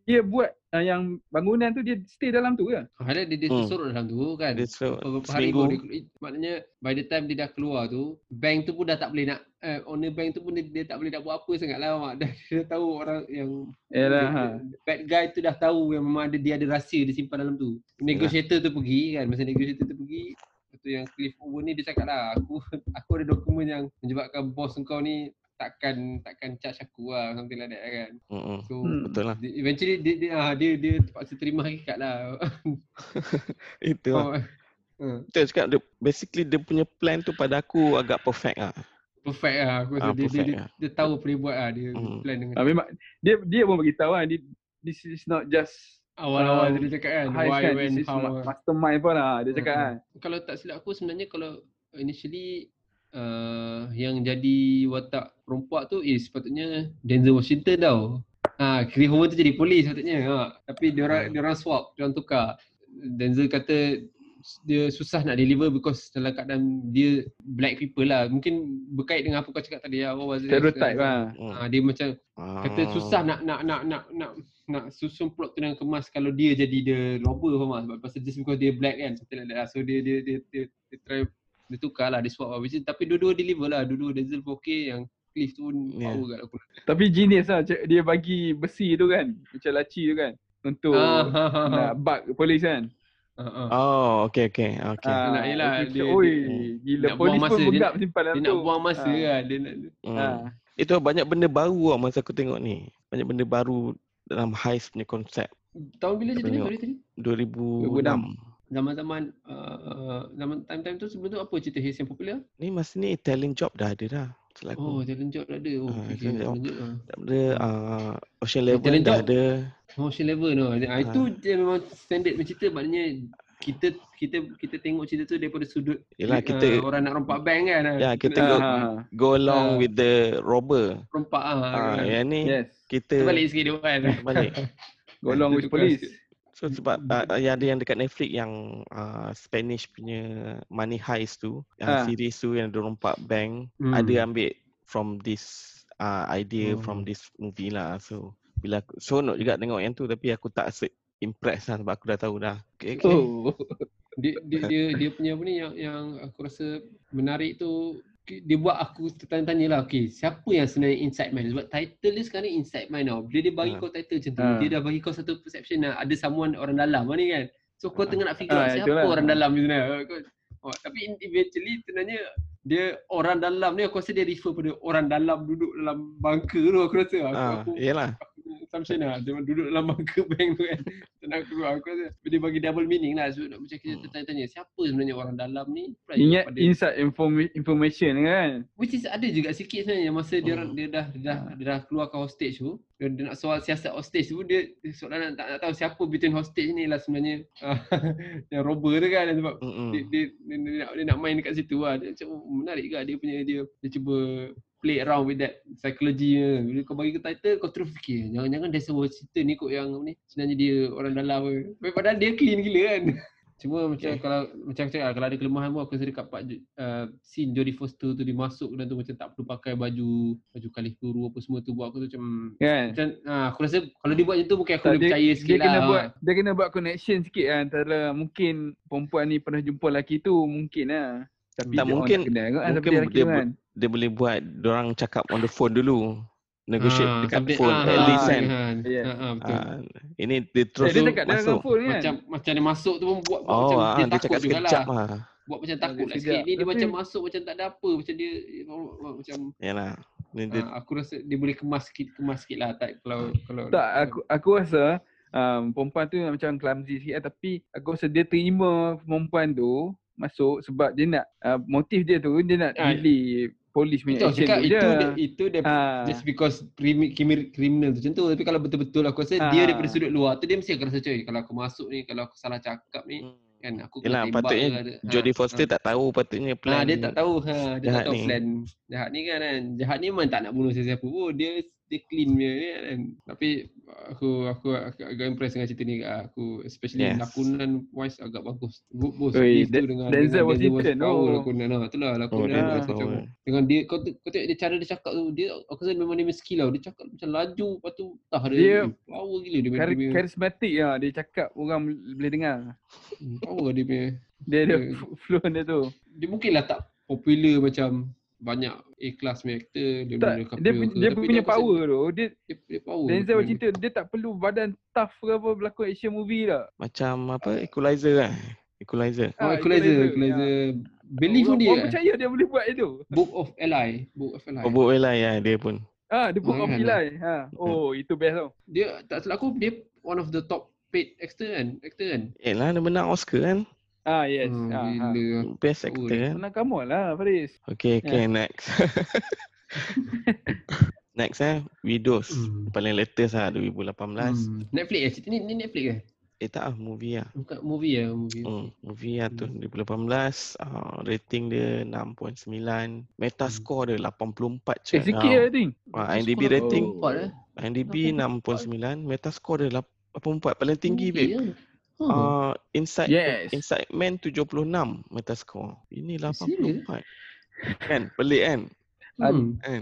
[SPEAKER 3] dia buat uh, yang bangunan tu dia stay dalam tu ke?
[SPEAKER 2] Hala dia, dia
[SPEAKER 1] Hmm.
[SPEAKER 2] tersorot dalam tu kan.
[SPEAKER 1] Dia so,
[SPEAKER 2] Beberapa hari baru dia,
[SPEAKER 1] seminggu
[SPEAKER 2] kelu- maknanya by the time dia dah keluar tu, bank tu pun dah tak boleh nak, eh, owner bank tu pun dia, dia tak boleh nak buat apa sangat lah mak. Dah, dia dah tahu orang yang
[SPEAKER 3] Yalah ha.
[SPEAKER 2] bad guy tu dah tahu yang memang ada dia ada rahsia dia simpan dalam tu. Negotiator tu pergi kan, masa negotiator tu pergi, lepas tu yang Cliff Owen ni dia cakap lah, aku aku ada dokumen yang menyebabkan bos kau ni takkan takkan charge aku lah something like that kan.
[SPEAKER 1] Mm-mm.
[SPEAKER 2] So
[SPEAKER 3] Hmm.
[SPEAKER 1] Betul lah.
[SPEAKER 2] dia- eventually dia dia, ah, dia dia terpaksa terima hakikat lah.
[SPEAKER 1] Itu lah.
[SPEAKER 2] Oh, eh.
[SPEAKER 1] Kita cakap dia, basically dia punya plan tu pada aku agak perfect lah.
[SPEAKER 2] Perfect lah aku rasa
[SPEAKER 1] Ah,
[SPEAKER 2] dia, dia,
[SPEAKER 1] perfect
[SPEAKER 2] dia,
[SPEAKER 1] lah.
[SPEAKER 2] dia tahu apa dia buat lah dia
[SPEAKER 1] Hmm.
[SPEAKER 2] plan dengan
[SPEAKER 3] Ah, memang dia dia pun beritahu kan dia, this is not just
[SPEAKER 2] awal-awal
[SPEAKER 3] um,
[SPEAKER 2] tu dia cakap kan
[SPEAKER 3] high
[SPEAKER 2] why
[SPEAKER 3] kan
[SPEAKER 2] when
[SPEAKER 3] this is
[SPEAKER 2] how ah.
[SPEAKER 3] ma- mastermind pun lah dia cakap
[SPEAKER 2] Mm-mm.
[SPEAKER 3] kan.
[SPEAKER 2] kalau tak silap aku sebenarnya kalau initially uh, yang jadi watak perompak tu is sepatutnya Denzel Washington tau ha Chris Howard tu jadi polis sepatutnya ha tapi dia orang dia orang swap dia orang tukar Denzel kata dia susah nak deliver because dalam keadaan dia black people lah mungkin berkait dengan apa kau cakap tadi ya, awal-awal tu.
[SPEAKER 3] Stereotype lah.
[SPEAKER 1] Mm.
[SPEAKER 2] ha, dia macam
[SPEAKER 1] Ah.
[SPEAKER 2] Kata susah nak nak nak nak nak nak susun plot tu dengan kemas kalau dia jadi the robber faham tak? Sebab pasal just because dia black kan something like that lah. So dia dia dia dia, dia try dia tukar lah dia swap lah. Which is- tapi dua-dua deliver lah. Dua-dua Denzel 4K yang Cliff tu pun
[SPEAKER 1] Yeah.
[SPEAKER 2] yeah. power kat aku.
[SPEAKER 3] Tapi genius lah cak- dia bagi besi tu kan macam laci tu kan untuk
[SPEAKER 2] Ah, ha, ha, ha.
[SPEAKER 3] nak bug polis kan.
[SPEAKER 2] Ah, ah.
[SPEAKER 1] Oh, okay, okay. okay.
[SPEAKER 3] Ah,
[SPEAKER 2] Nak- yelah,
[SPEAKER 3] dia,
[SPEAKER 2] dia-
[SPEAKER 3] dia, oi,
[SPEAKER 1] dia-
[SPEAKER 3] gila
[SPEAKER 2] nak buang
[SPEAKER 3] polis pun
[SPEAKER 2] masa, dia
[SPEAKER 3] bengkak
[SPEAKER 2] nak-
[SPEAKER 3] simpan dalam
[SPEAKER 2] Dia
[SPEAKER 3] tu.
[SPEAKER 2] nak buang masa
[SPEAKER 3] Ah.
[SPEAKER 2] lah. Dia nak
[SPEAKER 1] Mm.
[SPEAKER 3] Ha.
[SPEAKER 1] Itu banyak benda baru lah masa aku tengok ni. Banyak benda baru dalam heist punya konsep.
[SPEAKER 2] tahun bila jadi ni?
[SPEAKER 1] Tengok.
[SPEAKER 2] Sorry tadi.
[SPEAKER 1] 2006.
[SPEAKER 2] Zaman-zaman uh, zaman time-time tu sebelum tu apa cerita hits yang popular?
[SPEAKER 1] Ni masa ni talent job dah ada dah. Selaku.
[SPEAKER 2] Oh, Talent Job dah ada. Oh,
[SPEAKER 1] Ah,
[SPEAKER 2] okay,
[SPEAKER 1] Talent Job.
[SPEAKER 2] Talent Job lah.
[SPEAKER 1] Ada uh, Ocean
[SPEAKER 2] Talent
[SPEAKER 1] Eleven dah
[SPEAKER 2] Job.
[SPEAKER 1] ada.
[SPEAKER 2] Motion level tu. Ha. Itu
[SPEAKER 1] Ah.
[SPEAKER 2] dia memang standard punya cerita maknanya kita kita kita tengok cerita tu daripada sudut
[SPEAKER 1] Yelah
[SPEAKER 2] ah,
[SPEAKER 1] kita
[SPEAKER 2] orang nak rompak bank kan. ah.
[SPEAKER 1] Ya, kita
[SPEAKER 3] Ha,
[SPEAKER 1] tengok.
[SPEAKER 3] ha, ha.
[SPEAKER 1] go along
[SPEAKER 2] Ah.
[SPEAKER 1] with the robber.
[SPEAKER 2] rompak ah.
[SPEAKER 1] Ah, yang ni
[SPEAKER 3] Yes.
[SPEAKER 1] kita
[SPEAKER 2] Terbalik sikit dia kan.
[SPEAKER 1] balik.
[SPEAKER 3] Golong
[SPEAKER 2] Dia
[SPEAKER 3] with
[SPEAKER 2] tukar
[SPEAKER 3] polis.
[SPEAKER 2] sikit.
[SPEAKER 1] So sebab uh, yang ada yang dekat Netflix yang uh, Spanish punya Money Heist tu, yang
[SPEAKER 3] Ah.
[SPEAKER 1] series tu yang dorong pak bank,
[SPEAKER 2] Hmm.
[SPEAKER 1] ada ambil from this uh, idea
[SPEAKER 2] Hmm.
[SPEAKER 1] from this movie lah. So bila aku seronok juga tengok yang tu tapi aku tak se- impress lah sebab aku dah tahu dah. Okay, okay.
[SPEAKER 3] Oh.
[SPEAKER 2] dia, dia dia dia punya apa ni yang yang aku rasa menarik tu ki- dia buat aku tertanya-tanya lah okay siapa yang sebenarnya inside man sebab title dia sekarang inside man tau bila dia bagi
[SPEAKER 1] Ha.
[SPEAKER 2] kau title macam tu
[SPEAKER 3] Ha.
[SPEAKER 2] dia dah bagi kau satu perception lah ada someone orang dalam ni kan so kau
[SPEAKER 1] Ha.
[SPEAKER 2] tengah nak figure
[SPEAKER 3] Ha,
[SPEAKER 2] out siapa
[SPEAKER 3] itulah.
[SPEAKER 2] orang dalam ni sebenarnya Kau- oh, tapi in- eventually sebenarnya dia orang dalam ni aku rasa dia refer pada orang dalam duduk dalam bangka tu aku rasa aku,
[SPEAKER 1] Ah,
[SPEAKER 2] aku
[SPEAKER 1] yelah.
[SPEAKER 2] assumption lah dia duduk dalam bangka bank tu kan tak nak keluar aku rasa dia bagi double meaning lah so nak- macam kita
[SPEAKER 1] Hmm.
[SPEAKER 2] tertanya-tanya siapa sebenarnya orang dalam ni Pula
[SPEAKER 3] Ingat
[SPEAKER 2] pada-
[SPEAKER 3] inside informa- information kan.
[SPEAKER 2] which is ada juga sikit sebenarnya masa dia
[SPEAKER 1] Hmm.
[SPEAKER 2] dia dah dia dah dia dah keluarkan hostage tu dia, dia nak soal siasat hostage tu dia, dia soalan nak, tak nak tahu siapa between hostage ni lah sebenarnya Ah, yang robber tu kan sebab dia,
[SPEAKER 1] Mm-mm.
[SPEAKER 2] dia, dia, dia, nak, dia nak main dekat situ lah. Dia macam oh, menarik juga dia punya dia dia cuba play around with that psychology dia. Bila kau bagi ke title kau terus fikir jangan-jangan dia sebuah cerita ni kot yang ni sebenarnya dia orang dalam ke. Tapi Padahal dia clean gila kan. Cuma macam
[SPEAKER 1] Okay.
[SPEAKER 2] kalau macam cakap lah, kalau ada kelemahan pun aku rasa dekat part Ju- uh, scene Jodie Foster tu dimasuk dan tu macam tak perlu pakai baju baju kalih peluru apa semua tu buat aku tu macam
[SPEAKER 3] Kan.
[SPEAKER 2] macam ah, aku rasa kalau dia buat macam tu mungkin aku
[SPEAKER 3] Tak,
[SPEAKER 2] boleh percaya sikit
[SPEAKER 3] dia
[SPEAKER 2] lah.
[SPEAKER 3] kena buat dia kena buat connection sikit lah antara mungkin perempuan ni pernah jumpa lelaki tu mungkin lah.
[SPEAKER 1] Tak,
[SPEAKER 3] Tapi dia orang
[SPEAKER 1] mungkin-
[SPEAKER 3] tak kenal kot lah
[SPEAKER 1] mungkin
[SPEAKER 3] tapi dia lelaki
[SPEAKER 1] dia
[SPEAKER 3] tu kan.
[SPEAKER 1] Dia boleh buat orang cakap on the phone dulu. Negotiate
[SPEAKER 2] Ah,
[SPEAKER 1] dekat
[SPEAKER 2] sampai-
[SPEAKER 1] phone
[SPEAKER 2] ah,
[SPEAKER 1] at
[SPEAKER 2] ah,
[SPEAKER 1] least
[SPEAKER 2] ah,
[SPEAKER 1] kan.
[SPEAKER 2] kan.
[SPEAKER 3] Yeah.
[SPEAKER 2] Ah, ah, betul.
[SPEAKER 1] Ah, ini dia
[SPEAKER 3] Eh,
[SPEAKER 1] terus
[SPEAKER 3] dia
[SPEAKER 1] tu
[SPEAKER 3] cakap dia dengan
[SPEAKER 1] masuk.
[SPEAKER 3] phone kan.
[SPEAKER 2] Macam macam dia masuk tu pun buat, buat
[SPEAKER 1] Oh, ah,
[SPEAKER 2] macam dia,
[SPEAKER 1] dia,
[SPEAKER 2] takut
[SPEAKER 1] cakap
[SPEAKER 2] juga
[SPEAKER 1] sekejap
[SPEAKER 2] lah.
[SPEAKER 1] lah.
[SPEAKER 2] Buat macam takut lah
[SPEAKER 3] dia
[SPEAKER 2] sikit.
[SPEAKER 3] sekejap.
[SPEAKER 2] Ni dia
[SPEAKER 3] Tapi-
[SPEAKER 2] macam masuk macam tak ada apa. Macam dia macam
[SPEAKER 1] Yalah. Ni dia,
[SPEAKER 2] ah, aku rasa dia boleh kemas sikit kemas sikit lah tak kalau kalau
[SPEAKER 3] Tak aku aku rasa um, perempuan tu macam clumsy sikit lah, tapi aku rasa dia terima perempuan tu masuk sebab dia nak uh, motif dia tu dia nak
[SPEAKER 2] Ah,
[SPEAKER 3] delay
[SPEAKER 2] itu
[SPEAKER 3] polis punya
[SPEAKER 2] aku
[SPEAKER 3] action
[SPEAKER 2] cakap
[SPEAKER 3] tu
[SPEAKER 2] itu
[SPEAKER 3] je.
[SPEAKER 2] dia, itu dia
[SPEAKER 3] Ah.
[SPEAKER 2] just because crimi- crimi- criminal tu macam tu tapi kalau betul-betul aku rasa dia
[SPEAKER 3] Ah.
[SPEAKER 2] daripada sudut luar tu dia mesti akan rasa cuy kalau aku masuk ni kalau aku salah cakap ni kan aku kena
[SPEAKER 1] Hmm. Yelah,
[SPEAKER 2] tembak
[SPEAKER 1] patutnya
[SPEAKER 2] ke ada- ah,
[SPEAKER 1] Jodie Foster
[SPEAKER 2] ah.
[SPEAKER 1] tak tahu patutnya plan.
[SPEAKER 2] Ah, dia tak tahu ha, dia
[SPEAKER 1] jahat
[SPEAKER 2] tak tahu
[SPEAKER 1] ni.
[SPEAKER 2] plan jahat ni kan, kan. Jahat ni memang tak nak bunuh siapa-siapa pun. Dia dia clean punya ni kan. Tapi aku aku ag- agak impressed dengan cerita ni ah. aku especially
[SPEAKER 1] Yes.
[SPEAKER 2] yes. lakonan wise agak bagus. Good boss
[SPEAKER 3] Oi,
[SPEAKER 2] Beef tu
[SPEAKER 3] Da-
[SPEAKER 2] dengan
[SPEAKER 3] Denzel
[SPEAKER 2] dengan
[SPEAKER 3] Washington,
[SPEAKER 2] power
[SPEAKER 3] oh.
[SPEAKER 2] lakonan ah. Itulah
[SPEAKER 1] Oh, dia
[SPEAKER 2] lakonan
[SPEAKER 1] tak
[SPEAKER 2] dia
[SPEAKER 3] Ah.
[SPEAKER 1] tahu.
[SPEAKER 2] macam dengan dia kau tu- kau tengok dia cara dia cakap tu dia aku rasa memang dia punya skill tau. Dia cakap macam laju lepas tu tah dia,
[SPEAKER 3] Dia
[SPEAKER 2] eh, power gila dia punya- dia
[SPEAKER 3] Kar-
[SPEAKER 2] punya
[SPEAKER 3] karismatik lah dia cakap orang boleh dengar.
[SPEAKER 2] hmm, power dia punya
[SPEAKER 3] Dia ada
[SPEAKER 2] Yeah.
[SPEAKER 3] f- flow dia tu.
[SPEAKER 2] dia mungkinlah tak popular macam banyak A class punya actor dia
[SPEAKER 3] Tak, dia, pu- dia punya power tu. Dia
[SPEAKER 2] dia, Oh, dia power
[SPEAKER 3] Denzel Washington dia tak perlu badan tough ke apa berlakon action movie dah.
[SPEAKER 1] Macam apa, equalizer lah. Equalizer.
[SPEAKER 2] oh,
[SPEAKER 3] Ah,
[SPEAKER 2] equalizer
[SPEAKER 3] Equalizer,
[SPEAKER 2] equalizer belief pun
[SPEAKER 3] Orang-
[SPEAKER 2] dia
[SPEAKER 3] Orang
[SPEAKER 2] eh.
[SPEAKER 3] percaya dia boleh buat itu.
[SPEAKER 2] book of ally book of ally
[SPEAKER 1] Obok lah ya dia pun.
[SPEAKER 3] Ah, The Book of
[SPEAKER 2] Jangan.
[SPEAKER 3] Eli. Ha. Oh, itu best tau.
[SPEAKER 2] dia tak salah aku dia one of the top paid actor kan actor kan
[SPEAKER 1] Eh lah, dia menang Oscar kan.
[SPEAKER 3] Ah, yes.
[SPEAKER 2] Hmm,
[SPEAKER 3] Ah, ha.
[SPEAKER 2] gila
[SPEAKER 1] Best
[SPEAKER 2] Oh, Ya.
[SPEAKER 1] actor
[SPEAKER 2] dia
[SPEAKER 1] kan.
[SPEAKER 3] Menang kamu lah, Faris.
[SPEAKER 1] Okay, okay, next. next eh, Widows.
[SPEAKER 2] Hmm.
[SPEAKER 1] Paling latest lah, 2018.
[SPEAKER 2] Hmm. Netflix eh cerita ni, ni Netflix eh
[SPEAKER 3] Hmm.
[SPEAKER 1] Eh tak lah, movie lah.
[SPEAKER 2] bukan movie eh movie
[SPEAKER 1] Hmm, movie lah tu 2018 uh, Rating dia 6.9 Meta
[SPEAKER 2] Hmm.
[SPEAKER 1] score dia 84 je
[SPEAKER 3] Eh, sikit
[SPEAKER 1] Now.
[SPEAKER 3] lah, Ting.
[SPEAKER 1] Ah,
[SPEAKER 2] Meta
[SPEAKER 1] IMDb
[SPEAKER 2] score
[SPEAKER 1] rating
[SPEAKER 2] lapan empat, eh.
[SPEAKER 1] IMDb
[SPEAKER 3] 84.
[SPEAKER 1] 6.9 Metascore dia 84 Paling tinggi
[SPEAKER 2] Movie,
[SPEAKER 1] babe
[SPEAKER 2] eh. Ha.
[SPEAKER 1] uh, Inside
[SPEAKER 3] Yes.
[SPEAKER 1] Inside Man 76 Metascore
[SPEAKER 3] Eh,
[SPEAKER 1] Ini
[SPEAKER 2] serious?
[SPEAKER 1] 84 Kan pelik kan
[SPEAKER 2] hmm.
[SPEAKER 1] kan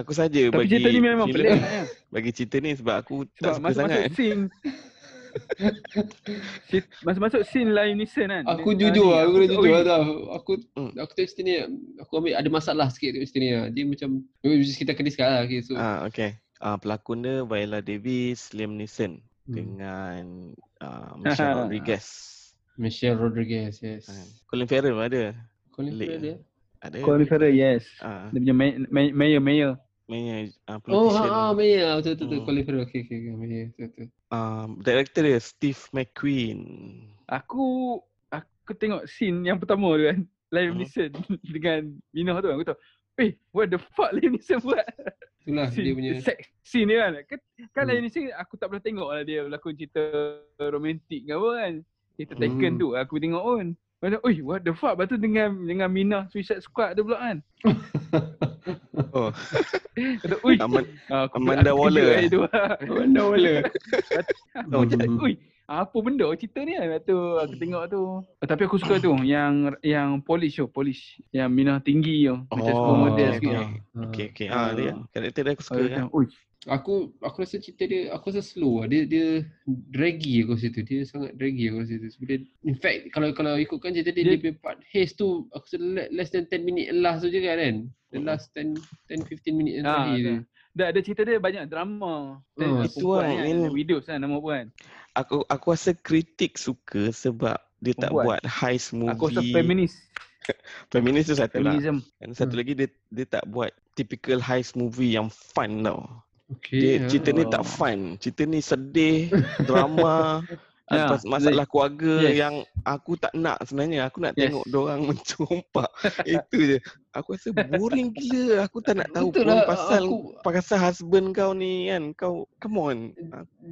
[SPEAKER 1] Aku saja
[SPEAKER 3] Tapi
[SPEAKER 1] bagi
[SPEAKER 3] cerita ni memang
[SPEAKER 1] filem-
[SPEAKER 3] pelik. lah.
[SPEAKER 1] Bagi cerita ni sebab aku tak
[SPEAKER 3] Sebab
[SPEAKER 1] suka sangat
[SPEAKER 3] masuk-masuk
[SPEAKER 1] kan.
[SPEAKER 3] scene. Si- Masuk-masuk scene lah unison kan.
[SPEAKER 2] Aku
[SPEAKER 3] Dia-
[SPEAKER 2] jujur lah, aku kena
[SPEAKER 3] Oi,
[SPEAKER 2] jujur lah tau. Aku
[SPEAKER 1] Hmm.
[SPEAKER 2] aku tengok cerita ni, aku ambil ada masalah sikit tengok cerita ni lah. Dia macam, which is kita akan discuss lah. Okay, so.
[SPEAKER 1] Ah okay Ah pelakon dia Viola Davis Liam Neeson
[SPEAKER 2] Hmm.
[SPEAKER 1] dengan uh, Michelle Rodriguez
[SPEAKER 2] Michelle Rodriguez, yes.
[SPEAKER 1] kan. Colin Farrell pun ada
[SPEAKER 2] Colin
[SPEAKER 1] Pelik
[SPEAKER 2] Farrell dia.
[SPEAKER 1] ada
[SPEAKER 3] Colin Farrell, yes.
[SPEAKER 1] ah
[SPEAKER 3] Dia punya may- may- mayor, mayor.
[SPEAKER 1] mainnya ah
[SPEAKER 2] Oh,
[SPEAKER 1] politician.
[SPEAKER 2] ha, ha, Maya. Betul, betul, betul.
[SPEAKER 1] Hmm.
[SPEAKER 2] Colin Farrell. Okay, okay, okay. Maya, betul, betul.
[SPEAKER 1] Um, director dia Steve McQueen.
[SPEAKER 3] Aku aku tengok scene yang pertama tu kan. Live
[SPEAKER 1] Hmm.
[SPEAKER 3] Neeson dengan Minah tu kan. Aku tahu, eh what the fuck Live Neeson buat?
[SPEAKER 2] Itulah
[SPEAKER 3] scene,
[SPEAKER 2] dia punya.
[SPEAKER 3] sex scene dia kan. Kan, kan
[SPEAKER 2] Hmm.
[SPEAKER 3] Live Neeson aku tak pernah tengok lah dia berlakon cerita romantik ke apa kan. Cerita Taken
[SPEAKER 2] Hmm.
[SPEAKER 3] tu aku tengok pun. Macam, oi what the fuck. Lepas tu dengan, dengan Minah Suicide Squad tu pula kan.
[SPEAKER 1] Oh.
[SPEAKER 3] Kata, ui.
[SPEAKER 1] Aman,
[SPEAKER 3] ah, aku-
[SPEAKER 1] Amanda
[SPEAKER 3] aku
[SPEAKER 1] Waller,
[SPEAKER 3] kejut
[SPEAKER 1] eh?
[SPEAKER 3] hari tu.
[SPEAKER 2] Amanda Waller.
[SPEAKER 3] Aku macam, lah. ui. apa benda cerita ni kan? Lepas tu aku tengok tu. Oh, tapi aku suka tu yang yang polish tu, polish. Yang minah tinggi tu.
[SPEAKER 2] Oh,
[SPEAKER 3] Macam super model
[SPEAKER 1] okay,
[SPEAKER 3] sikit.
[SPEAKER 1] okay. Okay, okay. Ah, dia karakter dia aku suka.
[SPEAKER 3] Aku
[SPEAKER 1] kan?
[SPEAKER 3] macam, ui,
[SPEAKER 2] Aku aku rasa cerita dia aku rasa slow lah. Dia dia draggy aku rasa tu. Dia sangat draggy aku rasa tu. Bila in fact kalau kalau ikutkan cerita dia dia,
[SPEAKER 3] Dia-
[SPEAKER 2] punya part haze tu aku rasa le- less than 10 minit last tu je kan kan. The last 10 10 15 minit yang
[SPEAKER 3] Ah,
[SPEAKER 2] tadi tu.
[SPEAKER 3] dah. Dah ada cerita dia banyak drama.
[SPEAKER 2] Ah,
[SPEAKER 3] Dia
[SPEAKER 1] itu
[SPEAKER 3] perempuan
[SPEAKER 1] lah,
[SPEAKER 3] kan,
[SPEAKER 1] Min.
[SPEAKER 3] ada widows kan nama perempuan.
[SPEAKER 1] Aku aku rasa kritik suka sebab dia tak
[SPEAKER 3] Perempuan.
[SPEAKER 1] buat heist movie.
[SPEAKER 3] Aku rasa feminis.
[SPEAKER 1] Feminis tu satu lah.
[SPEAKER 3] Feminism.
[SPEAKER 1] Dan satu lagi dia dia tak buat typical heist movie yang fun tau.
[SPEAKER 2] Okay.
[SPEAKER 1] Dia
[SPEAKER 2] ah.
[SPEAKER 1] cerita ni tak fun. Cerita ni sedih, drama,
[SPEAKER 3] Ya,
[SPEAKER 1] lepas masalah keluarga
[SPEAKER 3] Yes.
[SPEAKER 1] yang aku tak nak sebenarnya. Aku nak
[SPEAKER 3] Yes.
[SPEAKER 1] tengok dorang mencompak. Itu je. Aku rasa boring gila. Aku tak nak tahu pun
[SPEAKER 2] Betul lah,
[SPEAKER 1] pasal
[SPEAKER 2] aku,
[SPEAKER 1] pasal husband kau ni kan. Kau come on.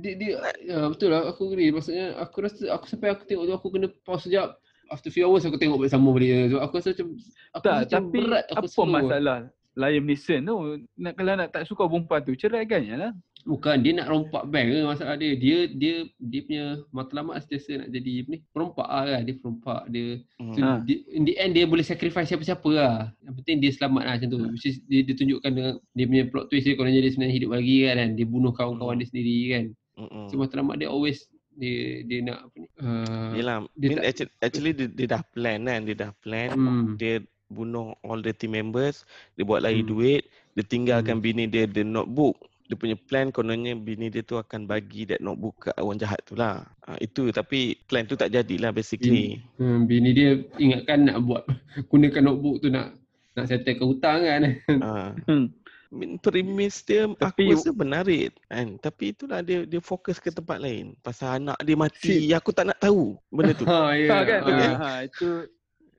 [SPEAKER 2] dia, dia ya, betul lah aku agree maksudnya aku rasa aku sampai aku tengok tu aku kena pause sekejap after few hours aku tengok balik sama balik sebab aku rasa macam aku
[SPEAKER 3] Tak,
[SPEAKER 2] rasa macam
[SPEAKER 3] tapi
[SPEAKER 2] berat aku
[SPEAKER 3] apa
[SPEAKER 2] slow. lah.
[SPEAKER 3] masalah? Liam Neeson tu, nak, kalau nak tak suka perempuan tu, ceraikan je lah.
[SPEAKER 2] bukan dia nak rompak bank ke masalah dia dia dia dia punya matlamat sentiasa nak jadi apa ni perompak lah kan dia perompak dia
[SPEAKER 1] Hmm.
[SPEAKER 2] So,
[SPEAKER 3] Ha.
[SPEAKER 2] di- in the end dia boleh sacrifice siapa-siapa lah. Yang penting dia selamat lah macam tu. Which is dia, dia tunjukkan dia, dia punya plot twist dia kononnya dia sebenarnya hidup lagi kan. Dia bunuh kawan-kawan dia sendiri kan.
[SPEAKER 1] Mm-mm.
[SPEAKER 2] So matlamat dia always dia dia nak apa ni. Uh,
[SPEAKER 1] Yelah,
[SPEAKER 2] dia
[SPEAKER 1] dia
[SPEAKER 2] tak-
[SPEAKER 1] actually, actually dia, dia dah plan kan, dia dah plan.
[SPEAKER 2] Hmm.
[SPEAKER 1] Dia bunuh all the team members, dia buat lari
[SPEAKER 2] Hmm.
[SPEAKER 1] duit, dia tinggalkan bini dia the notebook. Dia punya plan kononnya bini dia tu akan bagi that notebook kat orang jahat tu lah. Ha, itu tapi plan tu tak jadilah basically.
[SPEAKER 2] Hmm, bini dia ingatkan nak buat gunakan notebook tu nak nak settlekan hutang kan.
[SPEAKER 1] Ha.
[SPEAKER 3] Hmm.
[SPEAKER 1] Min- Premis dia
[SPEAKER 3] Tapi-
[SPEAKER 1] aku rasa menarik kan. Tapi itulah dia dia fokus ke tempat lain. Pasal anak dia mati, aku tak nak tahu benda tu.
[SPEAKER 2] ha ya.
[SPEAKER 3] Ha, kan?
[SPEAKER 2] Ha.
[SPEAKER 3] Ha, ha, itu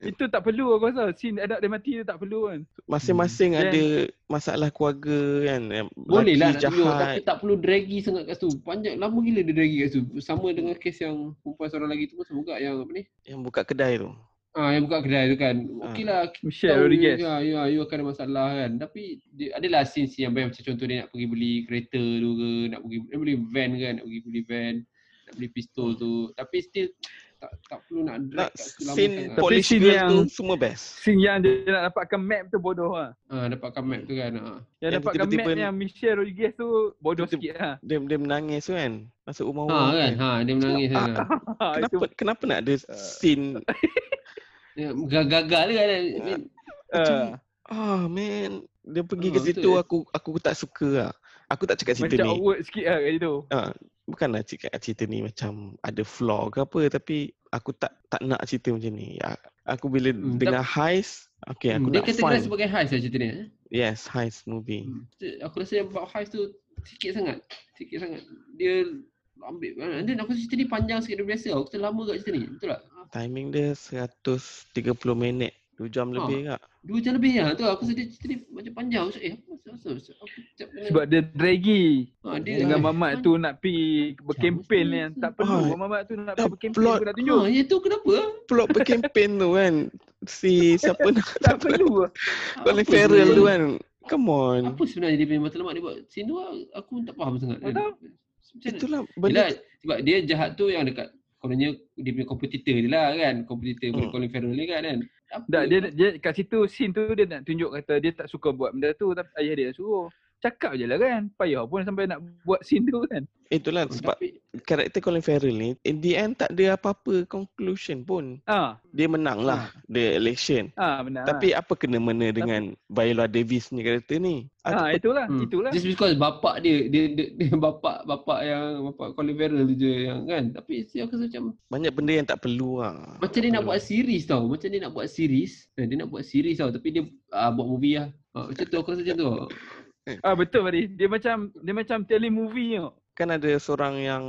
[SPEAKER 3] itu tak perlu aku rasa. Scene anak dia mati tu tak perlu kan.
[SPEAKER 1] Masing-masing
[SPEAKER 3] Hmm.
[SPEAKER 1] ada masalah keluarga kan. yang
[SPEAKER 2] Boleh lah
[SPEAKER 1] laki
[SPEAKER 2] nak tunjuk tapi tak perlu draggy sangat kat situ. Panjang lama gila dia draggy kat situ. Sama dengan kes yang perempuan seorang lagi tu pun semoga yang apa ni?
[SPEAKER 1] yang buka kedai tu.
[SPEAKER 2] Ah yang buka kedai tu kan.
[SPEAKER 1] Ah.
[SPEAKER 2] Okey lah tahu
[SPEAKER 3] Michelle
[SPEAKER 2] you,
[SPEAKER 3] Rodriguez.
[SPEAKER 2] ya, you, you akan ada masalah kan. Tapi dia, adalah scenes yang baik macam contoh dia nak pergi beli kereta tu ke, nak pergi eh, beli van kan, nak pergi beli van, nak beli pistol tu. Tapi still tak tak perlu nak drag
[SPEAKER 1] Nak
[SPEAKER 2] kat situ lama
[SPEAKER 1] scene
[SPEAKER 2] sangat.
[SPEAKER 3] pol-
[SPEAKER 1] Polish
[SPEAKER 3] scene
[SPEAKER 1] girl tu
[SPEAKER 3] yang-
[SPEAKER 1] semua best.
[SPEAKER 3] Scene yang dia nak dapatkan map tu bodoh lah.
[SPEAKER 2] Ah dapatkan map tu kan. Ah.
[SPEAKER 3] Yang,
[SPEAKER 1] Yang
[SPEAKER 3] dapatkan map
[SPEAKER 1] tiba-tiba-
[SPEAKER 3] yang Michelle Rodriguez tu bodoh
[SPEAKER 1] Tiba-tiba-
[SPEAKER 3] sikit lah.
[SPEAKER 1] Dia dia menangis tu kan. Masuk rumah
[SPEAKER 2] Ha
[SPEAKER 1] orang.
[SPEAKER 2] kan, ha dia menangis sana.
[SPEAKER 1] lah.
[SPEAKER 3] Ha, itu, uh,
[SPEAKER 1] Kenapa kenapa nak ada scene
[SPEAKER 2] Dia gagal-gagal dia kan. I mean,
[SPEAKER 1] macam-
[SPEAKER 3] uh,
[SPEAKER 1] ah man dia pergi ke
[SPEAKER 2] Ah,
[SPEAKER 1] situ
[SPEAKER 2] betul.
[SPEAKER 1] aku aku tak suka lah. Aku tak cakap cerita
[SPEAKER 3] macam
[SPEAKER 1] ni.
[SPEAKER 3] awkward sikit lah kat situ.
[SPEAKER 1] Bukanlah cakap cerita ni macam ada flaw ke apa tapi aku tak tak nak cerita macam ni. A- Aku bila
[SPEAKER 2] Hmm,
[SPEAKER 1] dengar heist, okay
[SPEAKER 2] hmm,
[SPEAKER 1] aku
[SPEAKER 2] dia
[SPEAKER 1] nak
[SPEAKER 2] kategori
[SPEAKER 1] fun.
[SPEAKER 2] sebagai heist lah cerita ni. eh.
[SPEAKER 1] Yes, heist movie.
[SPEAKER 2] Hmm. Aku rasa yang bab heist tu sikit sangat. Sikit sangat. Dia ambil kan. Dan aku rasa cerita ni panjang sikit daripada biasa. Aku rasa lama kat cerita ni. Betul tak?
[SPEAKER 1] Timing dia 130 minit. 2 jam
[SPEAKER 2] Ha.
[SPEAKER 1] lebih kak.
[SPEAKER 2] Dua jam lebih lah tu aku sedih cerita ni macam panjang so, eh apa apa apa aku cakap kena
[SPEAKER 3] Sebab dia draggy.
[SPEAKER 2] ha, dia
[SPEAKER 3] Dengan
[SPEAKER 1] Yelah.
[SPEAKER 3] mamat tu nak pergi berkempen
[SPEAKER 2] Macam
[SPEAKER 3] yang
[SPEAKER 2] mana?
[SPEAKER 3] tak perlu.
[SPEAKER 1] Ah,
[SPEAKER 3] Mamat tu
[SPEAKER 1] dah
[SPEAKER 3] nak pergi berkempen
[SPEAKER 1] plot.
[SPEAKER 3] aku nak tunjuk.
[SPEAKER 2] tunjuk ya tu kenapa ah?
[SPEAKER 1] Plot berkempen tu kan. Si siapa nak
[SPEAKER 3] Tak perlu. ah.
[SPEAKER 1] Colin
[SPEAKER 2] Apa
[SPEAKER 1] Farrell
[SPEAKER 2] sebenarnya-
[SPEAKER 1] tu kan. Come on.
[SPEAKER 2] apa sebenarnya dia punya matlamat dia buat scene tu aku- aku pun tak faham sangat
[SPEAKER 3] Tak tahu.
[SPEAKER 2] Macam mana?
[SPEAKER 1] Itulah
[SPEAKER 2] Yelah,
[SPEAKER 1] benda tu.
[SPEAKER 2] sebab dia jahat tu yang dekat kononnya dia punya kompetitor dia lah kan kompetitor hmm.
[SPEAKER 1] Hmm.
[SPEAKER 2] Colin Farrell ni kan kan apa
[SPEAKER 3] Tak, dia, dia kat situ scene tu dia nak tunjuk kata dia tak suka buat benda tu tapi ayah dia suruh. Cakap je lah kan. Payah pun sampai nak buat scene tu kan.
[SPEAKER 1] Itulah Eh, lah, sebab
[SPEAKER 2] tapi
[SPEAKER 1] karakter Colin Farrell ni in the end tak ada apa-apa conclusion pun.
[SPEAKER 3] Ah,
[SPEAKER 1] Dia menang lah the election.
[SPEAKER 3] ah benar.
[SPEAKER 1] Tapi apa kena mena dengan Viola Davis ni karakter ni?
[SPEAKER 3] ah,
[SPEAKER 1] Aku-
[SPEAKER 3] itulah,
[SPEAKER 2] hmm.
[SPEAKER 3] itulah.
[SPEAKER 2] just because bapak dia dia, dia, dia bapak bapak yang bapak Colin Farrell tu je yang kan tapi aku rasa macam
[SPEAKER 1] Banyak benda yang tak perlu lah.
[SPEAKER 2] Macam dia nak
[SPEAKER 1] Betul.
[SPEAKER 2] buat series tau. Macam dia nak buat series. Eh, Dia nak buat series tau. Tapi dia uh, buat movie lah. Uh, macam tu aku rasa macam tu.
[SPEAKER 3] Ah betul Faris. Dia macam dia macam telemovie tau.
[SPEAKER 1] Kan ada seorang yang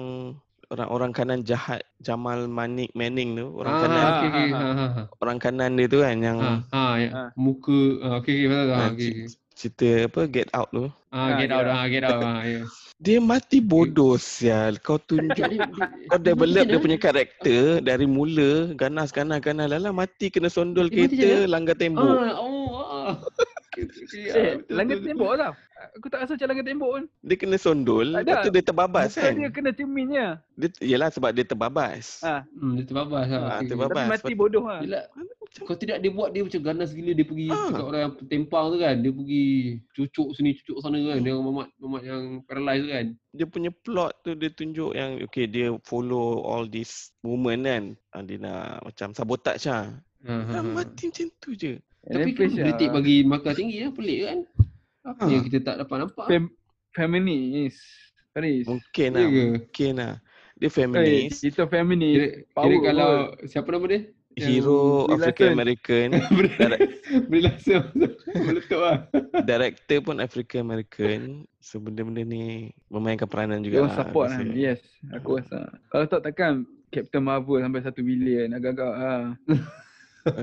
[SPEAKER 1] orang-orang kanan jahat Jamal Manik Manning tu orang
[SPEAKER 2] ah,
[SPEAKER 1] kanan
[SPEAKER 2] okay, okay.
[SPEAKER 3] Ha,
[SPEAKER 2] Ha, ha, ha.
[SPEAKER 1] orang kanan dia tu kan yang
[SPEAKER 2] Ha, ha, ya.
[SPEAKER 3] Ha.
[SPEAKER 2] Muka. Uh, okay, okay. Faham,
[SPEAKER 1] Ah,
[SPEAKER 2] faham. Okay, okay.
[SPEAKER 1] cerita apa Get Out tu
[SPEAKER 2] Ah, get
[SPEAKER 3] Ah,
[SPEAKER 2] out,
[SPEAKER 3] dia-
[SPEAKER 2] ah, get out. Ah, yeah.
[SPEAKER 1] dia mati bodoh sial kau tunjuk Kau develop dia
[SPEAKER 2] Ah,
[SPEAKER 1] punya karakter dari mula ganas ganas ganas lala mati kena sondol
[SPEAKER 3] lah.
[SPEAKER 2] Eh, mati je
[SPEAKER 1] kereta langgar tembok.
[SPEAKER 2] Ah, oh, ah. Okay, okay.
[SPEAKER 3] Eh, langgar tembok lah. Aku tak rasa macam langgar tembok pun.
[SPEAKER 1] Dia kena sondol,
[SPEAKER 3] Tak
[SPEAKER 1] lepas
[SPEAKER 3] ada.
[SPEAKER 1] tu dia terbabas
[SPEAKER 3] Bukan
[SPEAKER 1] kan?
[SPEAKER 3] dia kena cerminnya.
[SPEAKER 1] Dia, yelah sebab dia terbabas.
[SPEAKER 3] Ah,
[SPEAKER 2] Hmm, dia terbabas lah.
[SPEAKER 1] Ah,
[SPEAKER 2] Okay.
[SPEAKER 1] terbabas.
[SPEAKER 3] Tapi
[SPEAKER 1] Bas,
[SPEAKER 3] mati
[SPEAKER 1] betul.
[SPEAKER 3] bodoh lah.
[SPEAKER 2] Yelah, kau tidak dia buat dia macam ganas gila dia pergi
[SPEAKER 1] Ah.
[SPEAKER 2] ah. kat orang yang tempang tu kan. Dia pergi cucuk sini cucuk sana kan. Dia orang mamat mamat yang paralyzed tu kan.
[SPEAKER 1] Dia punya plot tu dia tunjuk yang okay dia follow all this woman kan. Ah, Dia nak macam sabotage lah.
[SPEAKER 2] Ha,
[SPEAKER 1] Nak
[SPEAKER 2] ha, ha.
[SPEAKER 1] mati macam tu je.
[SPEAKER 2] Tapi kenapa
[SPEAKER 3] lah.
[SPEAKER 2] kritik bagi markah tinggi lah. Pelik kan. Apa
[SPEAKER 1] Ah.
[SPEAKER 2] yang kita tak dapat nampak.
[SPEAKER 3] Fem- feminis. Faris.
[SPEAKER 1] Mungkin
[SPEAKER 2] Ya
[SPEAKER 1] lah,
[SPEAKER 2] ke?
[SPEAKER 1] mungkin lah. Dia
[SPEAKER 3] Eh,
[SPEAKER 1] feminis,
[SPEAKER 3] kita
[SPEAKER 2] Kira,
[SPEAKER 3] feminis.
[SPEAKER 2] kira
[SPEAKER 3] Power
[SPEAKER 2] kalau siapa nama dia? Eh, yang
[SPEAKER 1] hero
[SPEAKER 3] Brie
[SPEAKER 1] African
[SPEAKER 3] Larson.
[SPEAKER 1] American.
[SPEAKER 2] Beri- Beri langsung meletup lah.
[SPEAKER 1] director pun African American. So benda-benda ni memainkan peranan
[SPEAKER 3] Dia
[SPEAKER 1] juga.
[SPEAKER 3] orang support lah.
[SPEAKER 1] aku rasa.
[SPEAKER 3] Yes. Aku rasa. Kalau tak takkan Captain Marvel sampai satu bilion agak-agak ah.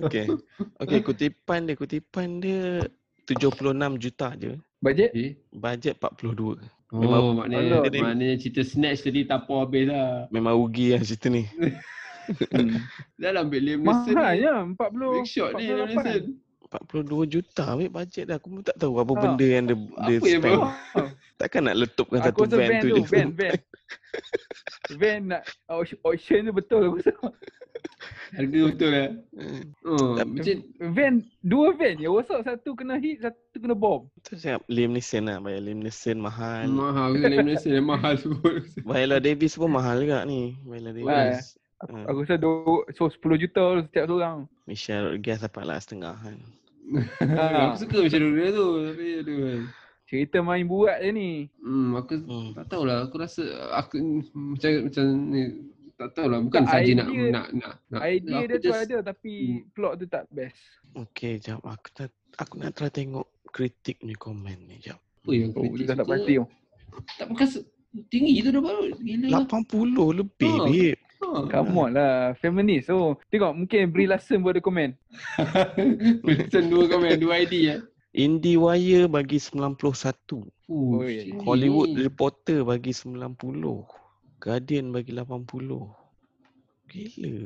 [SPEAKER 1] Okay. Okay, kutipan dia, kutipan dia 76 juta je.
[SPEAKER 3] Bajet
[SPEAKER 2] Okay.
[SPEAKER 1] Bajet 42.
[SPEAKER 2] Eh? Oh,
[SPEAKER 1] Memang-
[SPEAKER 2] maknanya,
[SPEAKER 1] Alah.
[SPEAKER 2] maknanya cerita Snatch tadi tapau habis lah.
[SPEAKER 1] Memang rugi lah cerita ni.
[SPEAKER 2] Dalam Billiam Neeson
[SPEAKER 3] mahal
[SPEAKER 2] ni.
[SPEAKER 3] Hmm. ya 40.
[SPEAKER 2] Big shot ni Liam
[SPEAKER 3] 48.
[SPEAKER 2] Neeson.
[SPEAKER 1] 42 juta ambil bajet dah. Aku pun tak tahu apa
[SPEAKER 3] Ha.
[SPEAKER 1] benda yang dia, dia
[SPEAKER 2] Apa yang
[SPEAKER 1] spend.
[SPEAKER 2] bawah?
[SPEAKER 1] Takkan nak letupkan
[SPEAKER 3] Aku
[SPEAKER 1] satu
[SPEAKER 3] rasa
[SPEAKER 1] van
[SPEAKER 3] van
[SPEAKER 1] tu
[SPEAKER 3] tu,
[SPEAKER 1] je.
[SPEAKER 3] van, van. Van nak au- auction tu betul aku rasa.
[SPEAKER 2] Harga betul lah.
[SPEAKER 1] Hmm.
[SPEAKER 2] Oh,
[SPEAKER 1] Tapi-
[SPEAKER 2] macam
[SPEAKER 3] Van, dua van yang rosak satu kena hit, satu kena bom.
[SPEAKER 1] Tu cakap Liam Neeson lah. Bayar Liam Neeson mahal.
[SPEAKER 2] mahal ke Liam Neeson yang mahal tu.
[SPEAKER 1] Viola Davis pun mahal juga ni. Viola Davis. Ha.
[SPEAKER 3] Aku rasa dua, so 10 juta tu setiap seorang.
[SPEAKER 1] Michelle Rodriguez dapatlah setengah kan.
[SPEAKER 3] Ah.
[SPEAKER 2] Aku suka macam dia tu. Tapi aduh. kan.
[SPEAKER 3] Cerita main buat je ni.
[SPEAKER 2] Hmm, aku
[SPEAKER 1] Hmm.
[SPEAKER 2] tak tahulah. Aku rasa aku macam macam ni tak tahulah bukan
[SPEAKER 3] Tak,
[SPEAKER 2] saja nak
[SPEAKER 3] idea-
[SPEAKER 2] nak nak nak
[SPEAKER 3] Idea
[SPEAKER 2] aku
[SPEAKER 3] dia tu
[SPEAKER 2] just-
[SPEAKER 3] ada tapi plot tu tak best.
[SPEAKER 1] Okay, jap. Aku nak, aku nak try tengok kritik ni komen ni. Jap.
[SPEAKER 2] apa yang
[SPEAKER 3] Oh,
[SPEAKER 2] kritik
[SPEAKER 3] dia tak
[SPEAKER 2] suka?
[SPEAKER 3] pasti. tu.
[SPEAKER 2] Tak bekas tinggi tu dah baru gila lah.
[SPEAKER 1] 80 lebih,
[SPEAKER 2] Ha.
[SPEAKER 1] babe.
[SPEAKER 2] Ha.
[SPEAKER 3] Come on lah, feminis. So, tengok mungkin Brie Larson buat ada komen.
[SPEAKER 2] Tulisan Ha. dua komen dua ID ya.
[SPEAKER 1] IndieWire bagi 91.
[SPEAKER 2] Oh,
[SPEAKER 3] Oh, ya.
[SPEAKER 2] shit. Ha,
[SPEAKER 1] Hollywood Reporter bagi 90. Guardian bagi 80. Gila.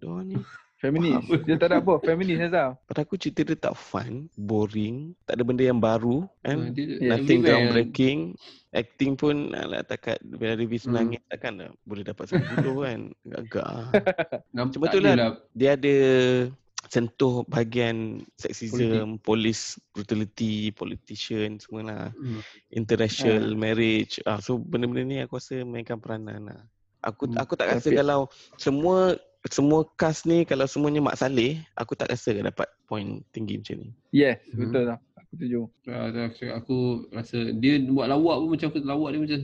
[SPEAKER 1] Diorang ni.
[SPEAKER 3] Feminis.
[SPEAKER 1] Faham.
[SPEAKER 3] Dia tak ada apa, feminis Azal.
[SPEAKER 1] Pada aku cerita dia tak fun, boring, tak ada benda yang baru
[SPEAKER 2] Ha,
[SPEAKER 1] kan.
[SPEAKER 2] dia-
[SPEAKER 1] Nothing
[SPEAKER 2] everywhere.
[SPEAKER 1] groundbreaking. Acting pun alah takkan Bella Davis
[SPEAKER 2] Hmm.
[SPEAKER 1] menangis takkan lah boleh dapat 10 kan. Agak-agak ah.
[SPEAKER 2] Nampak
[SPEAKER 1] Macam betul
[SPEAKER 2] dia
[SPEAKER 1] lah. Dia ada sentuh bahagian sexism, police brutality, politician semua lah.
[SPEAKER 2] Hmm.
[SPEAKER 1] interracial marriage ah so benda-benda ni aku rasa mainkan peranan lah. Aku
[SPEAKER 2] Hmm,
[SPEAKER 1] aku tak rasa
[SPEAKER 3] tapi-
[SPEAKER 1] kalau semua semua cast ni kalau semuanya mak saleh aku tak rasa dapat point tinggi macam ni.
[SPEAKER 3] Yes,
[SPEAKER 2] Hmm.
[SPEAKER 3] betul lah. Aku setuju.
[SPEAKER 2] Ah, tak, aku- Aku rasa dia buat lawak pun macam aku lawak dia macam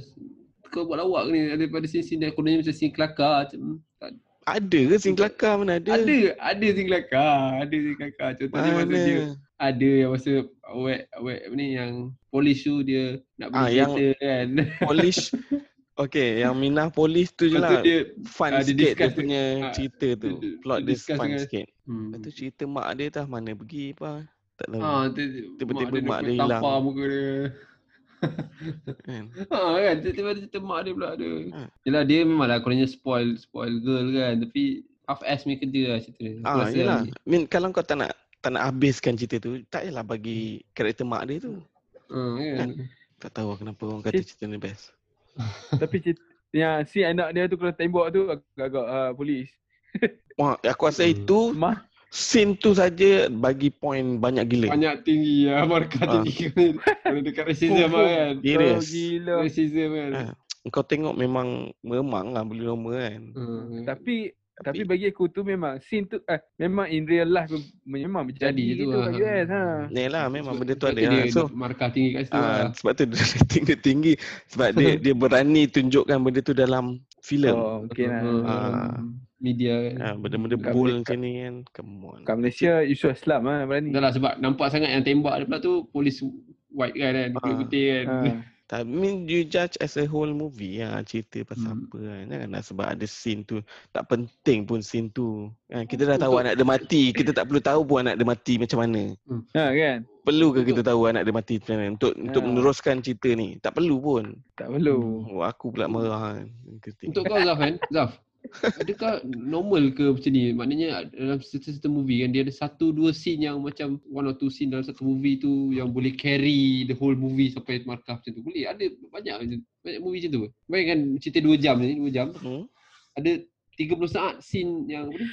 [SPEAKER 2] kau buat lawak ni daripada sini-sini aku nanya macam sini kelakar macam tak
[SPEAKER 1] Ada ke Sing Kelakar mana ada?
[SPEAKER 2] Ada, ada sing kelakar, ada sing kelakar. Contohnya
[SPEAKER 1] Mana?
[SPEAKER 2] masa dia ada yang masa wet wet apa ni yang polish tu dia nak beli
[SPEAKER 1] Ah,
[SPEAKER 2] ah,
[SPEAKER 1] yang-
[SPEAKER 2] kan.
[SPEAKER 1] Polish. Okay, yang Minah Polish tu je
[SPEAKER 2] Lepas tu
[SPEAKER 1] lah.
[SPEAKER 2] dia
[SPEAKER 1] Fun
[SPEAKER 2] ah, dia
[SPEAKER 1] sikit dia
[SPEAKER 2] discuss-
[SPEAKER 1] punya
[SPEAKER 2] ah,
[SPEAKER 1] cerita tu.
[SPEAKER 2] dia-
[SPEAKER 1] Plot
[SPEAKER 2] dia
[SPEAKER 1] dia
[SPEAKER 2] discuss
[SPEAKER 1] fun
[SPEAKER 2] dengan-
[SPEAKER 1] sikit.
[SPEAKER 2] hmm.
[SPEAKER 1] Lepas tu cerita mak dia tah mana pergi apa. Tak tahu.
[SPEAKER 2] Ah, tu,
[SPEAKER 1] Tiba-tiba
[SPEAKER 2] mak dia,
[SPEAKER 1] mak
[SPEAKER 2] mak
[SPEAKER 1] dia hilang.
[SPEAKER 2] tampar muka dia.
[SPEAKER 1] Kan?
[SPEAKER 2] ha kan, tiba-tiba dia cerita mak dia pula ada.
[SPEAKER 1] Ha.
[SPEAKER 2] Yelah dia memanglah kononnya spoil spoil girl kan tapi half ass punya kerja lah cerita dia. Aku
[SPEAKER 1] Ah,
[SPEAKER 2] rasa
[SPEAKER 1] yelah. I mean, kalau kau tak nak tak nak habiskan cerita tu, tak payahlah
[SPEAKER 2] Hmm.
[SPEAKER 1] bagi karakter mak dia tu.
[SPEAKER 2] Ha, kan.
[SPEAKER 1] Tak tahu lah kenapa orang kata
[SPEAKER 3] Eh.
[SPEAKER 1] cerita ni best.
[SPEAKER 3] Tapi cerita yang si anak dia tu kalau tembok tu agak-agak uh, polis.
[SPEAKER 1] Wah, aku rasa
[SPEAKER 2] Hmm.
[SPEAKER 1] itu
[SPEAKER 3] Mah,
[SPEAKER 1] scene tu saja bagi point banyak gila.
[SPEAKER 2] Banyak tinggi lah markah
[SPEAKER 1] Eh. Ah.
[SPEAKER 2] tinggi kalau dekat racism lah kan.
[SPEAKER 3] oh,
[SPEAKER 1] Serius.
[SPEAKER 3] gila.
[SPEAKER 2] Racism kan.
[SPEAKER 1] Ah. Kau tengok memang memang lah beli lama kan.
[SPEAKER 2] Hmm.
[SPEAKER 3] Tapi
[SPEAKER 1] Tapi-
[SPEAKER 3] tapi bagi aku tu memang scene tu eh, memang in real life tu memang
[SPEAKER 2] Jadi
[SPEAKER 3] berjadi
[SPEAKER 2] je tu
[SPEAKER 3] gitu
[SPEAKER 2] lah.
[SPEAKER 3] kat US ha.
[SPEAKER 1] Ni lah memang
[SPEAKER 2] Sebab-
[SPEAKER 1] benda tu
[SPEAKER 2] sebab
[SPEAKER 1] ada.
[SPEAKER 2] Dia
[SPEAKER 1] Ha. So
[SPEAKER 2] markah tinggi kat situ
[SPEAKER 1] ah,
[SPEAKER 2] lah.
[SPEAKER 1] sebab tu dia rating dia tinggi sebab dia dia berani tunjukkan benda tu dalam filem.
[SPEAKER 3] Oh, mungkin lah.
[SPEAKER 2] Hmm,
[SPEAKER 1] Ah.
[SPEAKER 2] Media kan.
[SPEAKER 1] Ah, benda-benda
[SPEAKER 3] Kat
[SPEAKER 1] bull
[SPEAKER 3] Malaysia-
[SPEAKER 1] macam ni kan. Come on.
[SPEAKER 3] Kat Malaysia isu Islam ah berani.
[SPEAKER 2] Dah lah sebab nampak sangat yang tembak dia pula tu polis white kan kan. Kulit
[SPEAKER 1] Ah.
[SPEAKER 2] putih kan.
[SPEAKER 3] Ha.
[SPEAKER 1] Tak, I mean you judge as a whole movie lah cerita pasal
[SPEAKER 2] Hmm.
[SPEAKER 1] apa kan. Janganlah sebab ada scene tu tak penting pun scene tu. Kan kita dah tahu
[SPEAKER 2] Untuk-
[SPEAKER 1] anak dia mati, kita tak perlu tahu pun anak dia mati macam mana.
[SPEAKER 3] ha kan.
[SPEAKER 1] Perlu ke
[SPEAKER 2] Untuk-
[SPEAKER 1] kita tahu anak dia mati macam mana untuk untuk
[SPEAKER 3] Ya.
[SPEAKER 1] meneruskan cerita ni? Tak perlu pun.
[SPEAKER 3] Tak perlu.
[SPEAKER 2] Hmm.
[SPEAKER 1] Oh, aku pula marah kan. Kritik.
[SPEAKER 2] Untuk kau Zaf kan? Zaf. Adakah normal ke macam ni? Maknanya ah, dalam certain movie kan dia ada satu dua scene yang macam one or two scene dalam satu movie tu yang boleh carry the whole movie sampai markah macam tu. Boleh ada banyak macam- banyak movie macam tu. Bayangkan cerita dua jam ni, dua jam.
[SPEAKER 1] Hmm?
[SPEAKER 2] Ada 30 saat scene yang apa ni?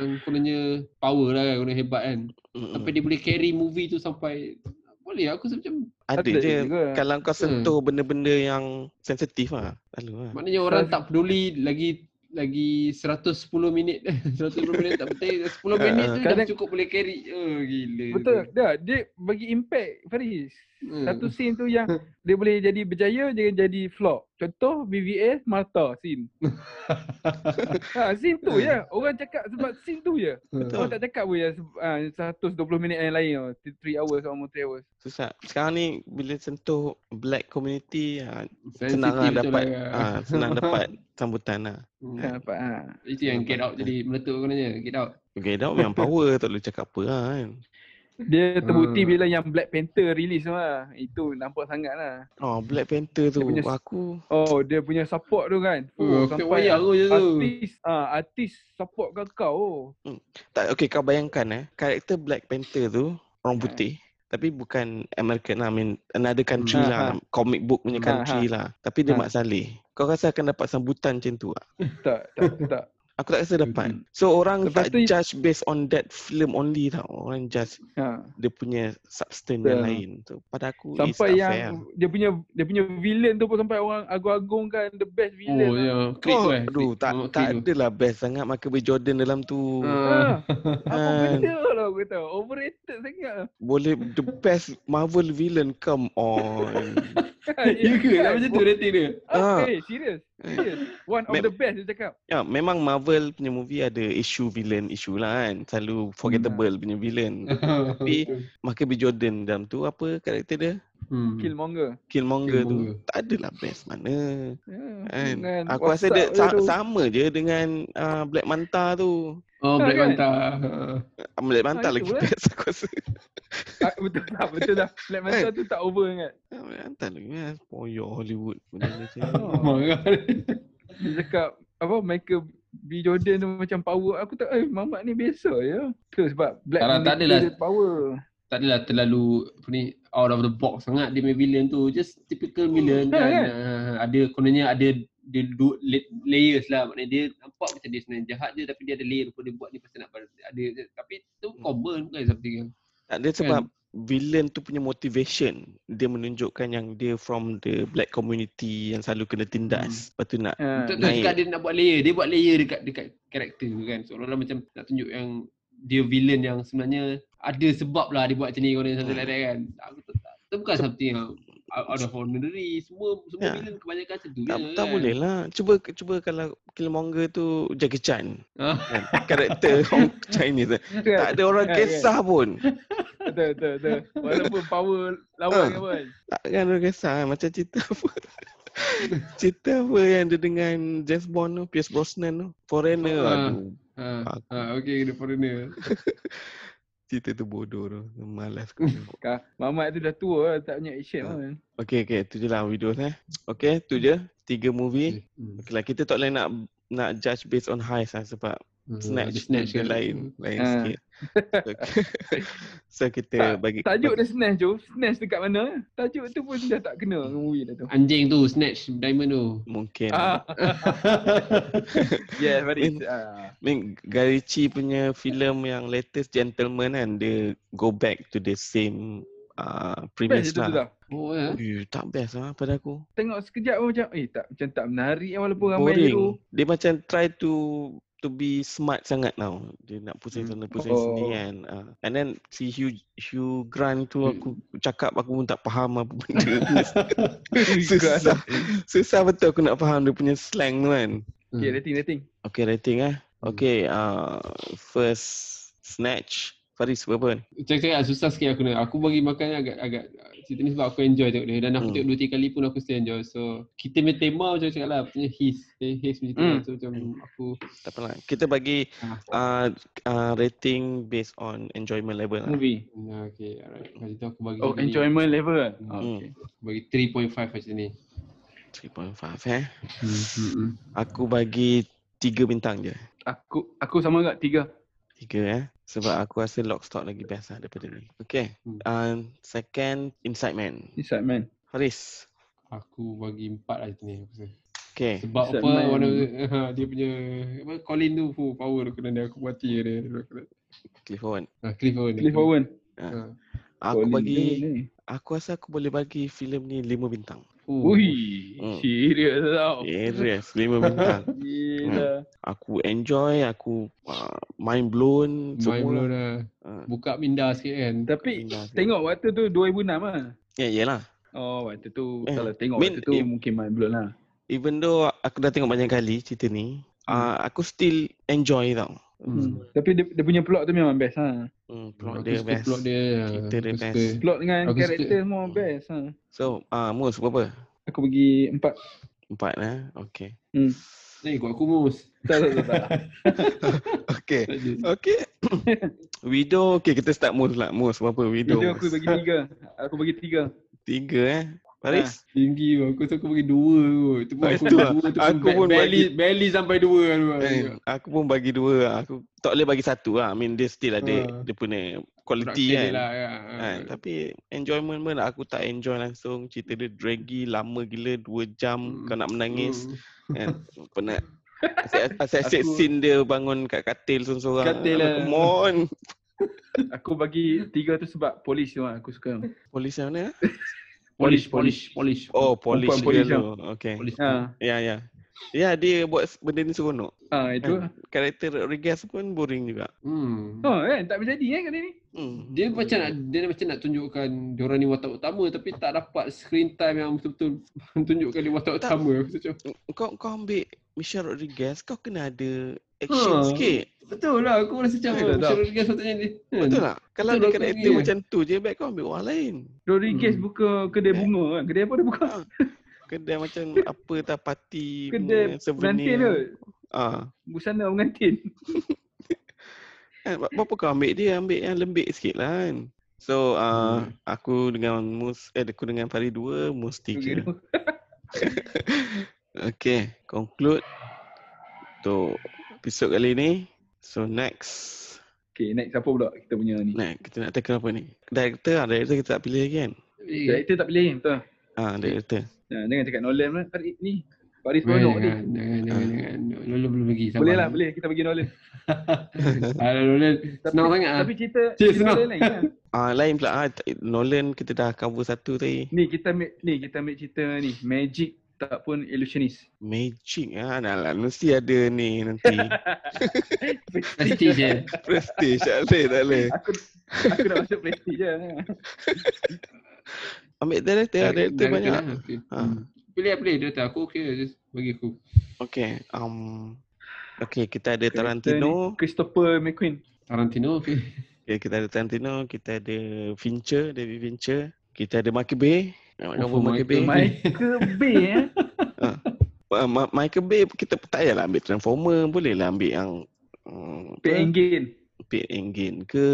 [SPEAKER 2] Yang kononnya power lah kan, kononnya hebat kan.
[SPEAKER 1] Mm-mm.
[SPEAKER 2] Sampai dia boleh carry movie tu sampai boleh aku rasa macam
[SPEAKER 1] Ada
[SPEAKER 3] Ada
[SPEAKER 1] je
[SPEAKER 3] juga.
[SPEAKER 1] kalau kau sentuh benda-benda yang sensitif lah. Lalu lah.
[SPEAKER 2] Maknanya orang tak peduli lagi lagi 110 minit 110 minit tak penting 10 minit tu dah
[SPEAKER 3] Kadang-
[SPEAKER 2] cukup boleh carry oh gila
[SPEAKER 3] Betul. Dah, dia bagi impact Faris.
[SPEAKER 2] hmm.
[SPEAKER 3] Satu scene tu yang dia boleh jadi berjaya, dia jadi flop. Contoh BVS Martha scene. ha, scene tu
[SPEAKER 2] Hmm.
[SPEAKER 3] je. Orang cakap sebab scene tu je.
[SPEAKER 1] Betul.
[SPEAKER 3] Orang tak cakap pun yang ha, 120 minit yang lain tau. 3 hours, almost 3 hours.
[SPEAKER 1] Susah. Sekarang ni bila sentuh black community ah,
[SPEAKER 2] Sensitive
[SPEAKER 1] senang lah
[SPEAKER 2] betul
[SPEAKER 1] dapat
[SPEAKER 2] lah.
[SPEAKER 1] ah, senang dapat sambutan lah.
[SPEAKER 2] Hmm.
[SPEAKER 3] Ha, nampak, ha.
[SPEAKER 2] itu yang get out jadi meletup kononnya get out
[SPEAKER 1] Okay, dah memang power tak boleh cakap apa lah kan.
[SPEAKER 3] Dia terbukti
[SPEAKER 2] Hmm.
[SPEAKER 3] bila yang Black Panther release tu lah. Itu nampak sangat lah.
[SPEAKER 1] Oh, Black Panther tu
[SPEAKER 3] Dia punya-
[SPEAKER 1] aku
[SPEAKER 3] Oh, dia punya support tu kan.
[SPEAKER 2] oh, aku tak payah tu je tu
[SPEAKER 3] artis, ah artis support kau kau. Oh.
[SPEAKER 1] tak okay kau bayangkan eh karakter Black Panther tu orang
[SPEAKER 3] Hmm.
[SPEAKER 2] Ha.
[SPEAKER 1] putih tapi bukan American lah, I mean another country
[SPEAKER 3] Ha,
[SPEAKER 1] lah,
[SPEAKER 3] ha.
[SPEAKER 1] comic book punya
[SPEAKER 3] Ha,
[SPEAKER 1] country lah. Tapi dia
[SPEAKER 3] Ha.
[SPEAKER 1] Mat Saleh. Kau rasa akan dapat sambutan macam tu tak?
[SPEAKER 3] Tak, tak, tak.
[SPEAKER 1] Aku tak rasa dapat. So orang
[SPEAKER 3] Hmm. Lepas
[SPEAKER 1] tak
[SPEAKER 3] tu-
[SPEAKER 1] judge based on that film only tau. Orang judge
[SPEAKER 3] Ha.
[SPEAKER 1] dia punya substance
[SPEAKER 3] Betul.
[SPEAKER 1] yang lain tu. Pada aku it's
[SPEAKER 3] Hmm. Sampai
[SPEAKER 1] tak
[SPEAKER 3] yang
[SPEAKER 1] fair lah.
[SPEAKER 3] dia punya dia punya villain tu pun sampai orang agung-agungkan the best villain.
[SPEAKER 2] oh
[SPEAKER 3] lah.
[SPEAKER 2] ya creep
[SPEAKER 1] oh,
[SPEAKER 2] tu eh
[SPEAKER 1] aduh, tak, tak adalah best sangat Michael B. Jordan dalam tu.
[SPEAKER 3] Ah, apa
[SPEAKER 1] Ah.
[SPEAKER 3] benda lah aku tahu. Overrated sangat. lah.
[SPEAKER 1] Boleh the best Marvel villain come on.
[SPEAKER 2] Ya ke? Tak macam tu rating dia.
[SPEAKER 1] Ah.
[SPEAKER 3] Ah, eh, serious. Serious. One of
[SPEAKER 1] Mem-
[SPEAKER 3] the best dia cakap.
[SPEAKER 2] Hmm.
[SPEAKER 1] ya, memang Marvel punya movie ada issue villain issue lah kan. Selalu forgettable punya villain.
[SPEAKER 2] Eh.
[SPEAKER 1] Tapi- Michael B. Jordan dalam tu apa karakter dia?
[SPEAKER 2] hmm.
[SPEAKER 3] Killmonger.
[SPEAKER 1] Killmonger,
[SPEAKER 2] Killmonger.
[SPEAKER 1] tu. Tak adalah best mana.
[SPEAKER 3] Ya,
[SPEAKER 1] Kan?
[SPEAKER 3] dengan
[SPEAKER 1] Aku rasa dia
[SPEAKER 3] WhatsApp
[SPEAKER 1] sa-
[SPEAKER 3] tu.
[SPEAKER 1] sama je dengan uh, Black Manta tu.
[SPEAKER 2] Oh, Black
[SPEAKER 3] Kan?
[SPEAKER 2] Manta.
[SPEAKER 1] Ah, Black Manta
[SPEAKER 3] Ah,
[SPEAKER 1] lagi
[SPEAKER 3] itulah.
[SPEAKER 1] best aku rasa.
[SPEAKER 3] Ah, betul tak, betul tak. Black Manta
[SPEAKER 1] Eh.
[SPEAKER 3] tu tak over sangat.
[SPEAKER 1] Ah, Black Manta lagi best. Poyok Hollywood. Benda macam ni.
[SPEAKER 3] Oh.
[SPEAKER 2] Marah dia.
[SPEAKER 3] Dia cakap apa Michael B Jordan tu macam power aku tak eh Mamat ni biasa je. Tu sebab Black
[SPEAKER 2] Tak lah,
[SPEAKER 3] Manta
[SPEAKER 2] tak adalah.
[SPEAKER 3] dia power.
[SPEAKER 2] tak adalah terlalu apa ni out of the box sangat dia punya villain tu just typical villain
[SPEAKER 3] Ha,
[SPEAKER 2] dan
[SPEAKER 3] kan?
[SPEAKER 2] uh, ada kononnya ada dia do, la- layers lah maknanya dia nampak macam dia sebenarnya jahat je tapi dia ada layer pun dia buat ni pasal nak bar- ada tapi tu
[SPEAKER 3] Hmm.
[SPEAKER 2] common bukan something yang
[SPEAKER 1] Tak, Dia sebab
[SPEAKER 2] Kan.
[SPEAKER 1] villain tu punya motivation. Dia menunjukkan yang dia from the black community yang selalu kena tindas.
[SPEAKER 2] Hmm.
[SPEAKER 1] Lepas tu nak
[SPEAKER 3] Ha.
[SPEAKER 2] tak tu
[SPEAKER 1] naik.
[SPEAKER 2] cakap dia nak buat layer dia buat layer dekat dekat karakter tu kan seolah-olah macam nak tunjuk yang dia villain yang sebenarnya ada sebab lah dia buat macam ni kononnya
[SPEAKER 1] Ha.
[SPEAKER 2] something like that kan aku tak, tak tu bukan something yang out out of ordinary semua semua
[SPEAKER 1] Ya.
[SPEAKER 2] villain kebanyakan macam tu
[SPEAKER 1] tak,
[SPEAKER 2] je
[SPEAKER 1] tak
[SPEAKER 2] kan.
[SPEAKER 1] boleh lah. Cuba cuba kalau Killmonger tu Jackie Chan.
[SPEAKER 2] Ah. Kan,
[SPEAKER 1] Kan? Karakter orang Chinese. Tak ada orang
[SPEAKER 3] Ya, ya.
[SPEAKER 1] kisah pun.
[SPEAKER 3] Betul betul betul. Walaupun power lawan
[SPEAKER 1] Ha.
[SPEAKER 3] ke kan. pun.
[SPEAKER 1] Takkan orang kisah Macam cerita apa Cerita apa yang dia dengan James Bond tu Pierce Brosnan tu Foreigner
[SPEAKER 2] Ah.
[SPEAKER 1] Aduh
[SPEAKER 2] Ha,
[SPEAKER 1] Aku-
[SPEAKER 2] ha, okay, the foreigner.
[SPEAKER 1] Cerita tu bodoh tu Malas aku tengok
[SPEAKER 3] Ka, Mamat tu dah tua lah, tak punya action
[SPEAKER 1] Ha.
[SPEAKER 3] pun.
[SPEAKER 1] Okay okay tu je lah video eh Okay tu je Tiga movie Okay lah kita tak boleh nak Nak judge based on highs lah Sebab
[SPEAKER 3] Hmm,
[SPEAKER 1] Snatch Snatch kan. dia lain Lain
[SPEAKER 3] Ah.
[SPEAKER 1] sikit So, so kita bagi
[SPEAKER 3] Tajuk dia snatch tu, snatch dekat mana? Tajuk tu pun dah tak kena dengan movie dah tu.
[SPEAKER 2] Anjing tu, Snatch Diamond tu.
[SPEAKER 1] Mungkin
[SPEAKER 3] Ah. yes, Faris.
[SPEAKER 1] Min-
[SPEAKER 3] Ah.
[SPEAKER 1] I mean, Garici punya filem yang latest Gentleman kan dia go back to the same uh, premise
[SPEAKER 3] Best tu tu
[SPEAKER 1] lah.
[SPEAKER 3] tau.
[SPEAKER 2] Oh, ya.
[SPEAKER 1] Ui, tak best lah pada aku.
[SPEAKER 3] Tengok sekejap pun macam eh tak macam tak menarik lah walaupun ramai hero.
[SPEAKER 1] Boring. Dia macam try to to be smart sangat now. Dia nak pusing
[SPEAKER 2] Hmm.
[SPEAKER 1] sana pusing
[SPEAKER 3] Oh.
[SPEAKER 1] sini kan. Uh, and then si Hugh Hugh Grant tu
[SPEAKER 2] Hmm.
[SPEAKER 1] aku cakap aku pun tak faham apa benda.
[SPEAKER 3] Susah.
[SPEAKER 1] susah. susah betul aku nak faham dia punya slang tu kan.
[SPEAKER 3] Okay, rating rating.
[SPEAKER 1] Okay rating eh.
[SPEAKER 2] Hmm.
[SPEAKER 1] Okay uh, first Snatch. Faris berapa?
[SPEAKER 2] Macam cakap lah, susah sikit aku nak. Aku bagi makan agak agak cerita ni sebab aku enjoy tengok dia dan aku
[SPEAKER 1] Hmm.
[SPEAKER 2] tengok dua tiga kali pun aku still enjoy. So kita punya tema macam cakap lah punya his. Eh, his punya tema
[SPEAKER 3] Hmm.
[SPEAKER 2] so macam aku
[SPEAKER 1] Tak apalah. Kita bagi uh, uh, rating based on enjoyment level lah.
[SPEAKER 3] Movie.
[SPEAKER 2] Nah, okay, alright. Kalau itu aku bagi
[SPEAKER 3] Oh,
[SPEAKER 2] ni.
[SPEAKER 3] enjoyment level. kan? Ah,
[SPEAKER 1] Hmm.
[SPEAKER 3] okay.
[SPEAKER 2] Aku Bagi lah 3.5 macam ni.
[SPEAKER 1] 3.5 eh.
[SPEAKER 2] Hmm.
[SPEAKER 1] Aku bagi Tiga bintang je.
[SPEAKER 3] Aku aku sama agak tiga.
[SPEAKER 1] Tiga eh. Sebab aku rasa Lockstock lagi best lah daripada ni. Okay.
[SPEAKER 2] Hmm.
[SPEAKER 1] Uh, second, Inside Man.
[SPEAKER 3] Inside man.
[SPEAKER 1] Haris.
[SPEAKER 2] Aku bagi empat lah itu ni aku rasa.
[SPEAKER 1] Okay.
[SPEAKER 2] Sebab
[SPEAKER 3] Set
[SPEAKER 2] apa
[SPEAKER 3] man.
[SPEAKER 2] one of the- ha, dia punya apa Colin tu full power aku dan dia aku mati dia.
[SPEAKER 1] Cliff Owen.
[SPEAKER 2] Ha, Cliff Owen.
[SPEAKER 3] Cliff Owen.
[SPEAKER 2] Ha.
[SPEAKER 1] Aku
[SPEAKER 3] Colin
[SPEAKER 1] bagi, Hmm.
[SPEAKER 3] Jones ni.
[SPEAKER 1] aku rasa aku boleh bagi filem ni lima bintang.
[SPEAKER 2] Fuh.
[SPEAKER 3] Ui,
[SPEAKER 1] Hmm.
[SPEAKER 3] serius tau.
[SPEAKER 1] Serius, lima bintang.
[SPEAKER 3] Gila.
[SPEAKER 1] Aku enjoy, aku uh, mind blown
[SPEAKER 2] Main
[SPEAKER 1] semua. lah.
[SPEAKER 2] pula dah.
[SPEAKER 1] Uh,
[SPEAKER 2] Buka minda sikit kan.
[SPEAKER 3] Tapi
[SPEAKER 1] Minda sikit.
[SPEAKER 3] tengok waktu tu 2006 lah.
[SPEAKER 1] ya, yelah.
[SPEAKER 3] Oh, waktu tu
[SPEAKER 1] Eh,
[SPEAKER 3] kalau tengok
[SPEAKER 1] Min-
[SPEAKER 3] waktu tu
[SPEAKER 1] eh.
[SPEAKER 3] mungkin mind blown lah.
[SPEAKER 1] Even though aku dah tengok banyak kali cerita ni, uh, aku still enjoy tau.
[SPEAKER 2] Hmm.
[SPEAKER 3] Hmm. Tapi dia, dia punya plot tu memang best ha.
[SPEAKER 1] Hmm, plot
[SPEAKER 2] Aku
[SPEAKER 1] dia
[SPEAKER 2] suka
[SPEAKER 1] best.
[SPEAKER 2] Plot dia. ya.
[SPEAKER 1] Cerita dia
[SPEAKER 2] Aku suka.
[SPEAKER 1] best.
[SPEAKER 3] Plot dengan
[SPEAKER 2] Aku suka.
[SPEAKER 3] karakter semua best ha.
[SPEAKER 1] So, uh, Mus berapa?
[SPEAKER 3] Aku bagi empat.
[SPEAKER 1] Empat eh? Okay.
[SPEAKER 3] Hmm.
[SPEAKER 2] Eh, kau aku mus.
[SPEAKER 3] Tak tak tak. tak.
[SPEAKER 1] Okay.
[SPEAKER 2] Tak ada.
[SPEAKER 1] Okay. Widow, okay kita start Mus lah. Mus berapa? Widow.
[SPEAKER 3] Video aku bagi tiga. Aku bagi tiga.
[SPEAKER 1] Tiga eh. Paris?
[SPEAKER 2] Tinggi tu. Aku rasa aku bagi dua kot. Tu pun
[SPEAKER 1] Ah,
[SPEAKER 2] aku
[SPEAKER 1] itu
[SPEAKER 2] dua
[SPEAKER 1] lah.
[SPEAKER 2] tu
[SPEAKER 1] Aku
[SPEAKER 2] pun
[SPEAKER 1] pun
[SPEAKER 2] ba- barely, barely sampai dua kan, tu.
[SPEAKER 1] Eh, aku pun bagi dua lah. Aku tak boleh bagi satu lah. I mean dia still ada
[SPEAKER 2] Ah.
[SPEAKER 1] dia punya
[SPEAKER 2] Production
[SPEAKER 1] quality
[SPEAKER 2] dia
[SPEAKER 1] kan.
[SPEAKER 2] Lah, ya.
[SPEAKER 1] Ha, tapi enjoyment pun lah. aku tak enjoy langsung. Cerita dia draggy, lama gila, dua jam,
[SPEAKER 2] Hmm.
[SPEAKER 1] kau nak menangis.
[SPEAKER 2] Hmm.
[SPEAKER 1] Kan? Penat. Asyik-asyik
[SPEAKER 2] Aku-
[SPEAKER 1] scene dia bangun kat katil seorang-seorang.
[SPEAKER 2] Katil
[SPEAKER 1] Alah,
[SPEAKER 2] lah.
[SPEAKER 1] Come on.
[SPEAKER 3] Aku bagi tiga tu sebab polis tu lah aku suka.
[SPEAKER 1] Polis yang mana? ah?
[SPEAKER 2] Polish, Polish, Polish.
[SPEAKER 1] Oh, polis
[SPEAKER 3] Perempuan
[SPEAKER 1] dia
[SPEAKER 3] polis
[SPEAKER 1] tu. Okay.
[SPEAKER 2] Polish.
[SPEAKER 3] Ha.
[SPEAKER 1] Ya, ya. Ya, dia buat benda ni seronok. Kan?
[SPEAKER 3] Ha itu
[SPEAKER 2] Eh.
[SPEAKER 3] lah.
[SPEAKER 1] Karakter Rodriguez pun boring juga.
[SPEAKER 2] Hmm.
[SPEAKER 3] Oh kan tak berjadi kan kali ni.
[SPEAKER 1] Hmm.
[SPEAKER 2] Dia macam nak dia macam nak tunjukkan diorang ni watak utama tapi tak dapat screen time yang betul-betul tunjukkan dia watak
[SPEAKER 1] Tak.
[SPEAKER 2] utama. Aku rasa macam
[SPEAKER 1] Kau kau ambil Michelle Rodriguez, kau kena ada action
[SPEAKER 2] Ha.
[SPEAKER 1] sikit.
[SPEAKER 2] betul lah aku rasa macam
[SPEAKER 1] Betul tak?
[SPEAKER 2] Michelle Rodriguez sepatutnya dia. kan?
[SPEAKER 1] Betul lah. tak? Kalau
[SPEAKER 2] Betul
[SPEAKER 1] ada
[SPEAKER 2] aku
[SPEAKER 1] karakter
[SPEAKER 2] agree.
[SPEAKER 1] macam tu je, baik kau ambil orang lain.
[SPEAKER 3] Rodriguez
[SPEAKER 2] Hmm.
[SPEAKER 3] buka kedai bunga kan. Kedai apa dia buka?
[SPEAKER 1] Kedai macam apa tak parti
[SPEAKER 3] Kedai
[SPEAKER 1] punya
[SPEAKER 3] pengantin
[SPEAKER 1] ha.
[SPEAKER 3] tu.
[SPEAKER 1] Ah.
[SPEAKER 3] Busana pengantin.
[SPEAKER 1] Kan, buat apa kau ambil dia? Ambil yang lembik sikit lah kan. So, uh,
[SPEAKER 2] Hmm.
[SPEAKER 1] aku dengan Mus, eh aku dengan Fari dua, Mus tiga.
[SPEAKER 3] Kedai-
[SPEAKER 1] Okay, conclude untuk episod kali ni. So next,
[SPEAKER 3] Okay next apa pula kita punya ni.
[SPEAKER 1] nah kita nak tackle apa ni? Director, ah, director kita tak pilih lagi kan?
[SPEAKER 2] Eh,
[SPEAKER 3] Director tak pilih betul.
[SPEAKER 1] Ah, director.
[SPEAKER 3] Ha, jangan cakap Nolan lah. Farid ni. Farid
[SPEAKER 2] Jangan,
[SPEAKER 3] seronok ni.
[SPEAKER 2] jangan, jangan, jangan, jangan.
[SPEAKER 1] Ah.
[SPEAKER 2] Lolo belum pergi. sabar.
[SPEAKER 3] Boleh lah boleh kita bagi Nolan.
[SPEAKER 2] Alah Nolan, senang sangat ah.
[SPEAKER 3] Tapi cerita
[SPEAKER 2] Cik,
[SPEAKER 3] cerita
[SPEAKER 2] senang.
[SPEAKER 3] Nolan lain lah.
[SPEAKER 1] Ah, lain pula ah, t- Nolan kita dah cover satu tadi.
[SPEAKER 3] Ni kita ambil ni kita ambil cerita ni magic tak pun illusionist.
[SPEAKER 1] Magic ah, nah, lah. mesti ada ni nanti.
[SPEAKER 2] Prestige je.
[SPEAKER 1] Prestige, tak boleh, tak boleh.
[SPEAKER 3] Aku aku nak masuk prestige je.
[SPEAKER 1] Ambil director, lah, director banyak.
[SPEAKER 2] lah. Okay.
[SPEAKER 1] Ha.
[SPEAKER 2] Hmm. Pilih lah, pilih director. Aku okay lah, just bagi aku.
[SPEAKER 1] Okay, um, okay kita ada Tarantino,
[SPEAKER 3] Christopher McQueen.
[SPEAKER 2] Tarantino okay.
[SPEAKER 1] okay, kita ada Tarantino, kita ada Fincher, David Fincher, kita ada Michael Bay. Nak
[SPEAKER 2] Oh,
[SPEAKER 1] cover Michael Bay.
[SPEAKER 2] Michael Bay.
[SPEAKER 3] Michael Bay eh.
[SPEAKER 1] Uh, Ma- Michael Bay kita tak payahlah ambil Transformer, boleh lah ambil yang um,
[SPEAKER 3] Pat Engin.
[SPEAKER 1] Pit Engine ke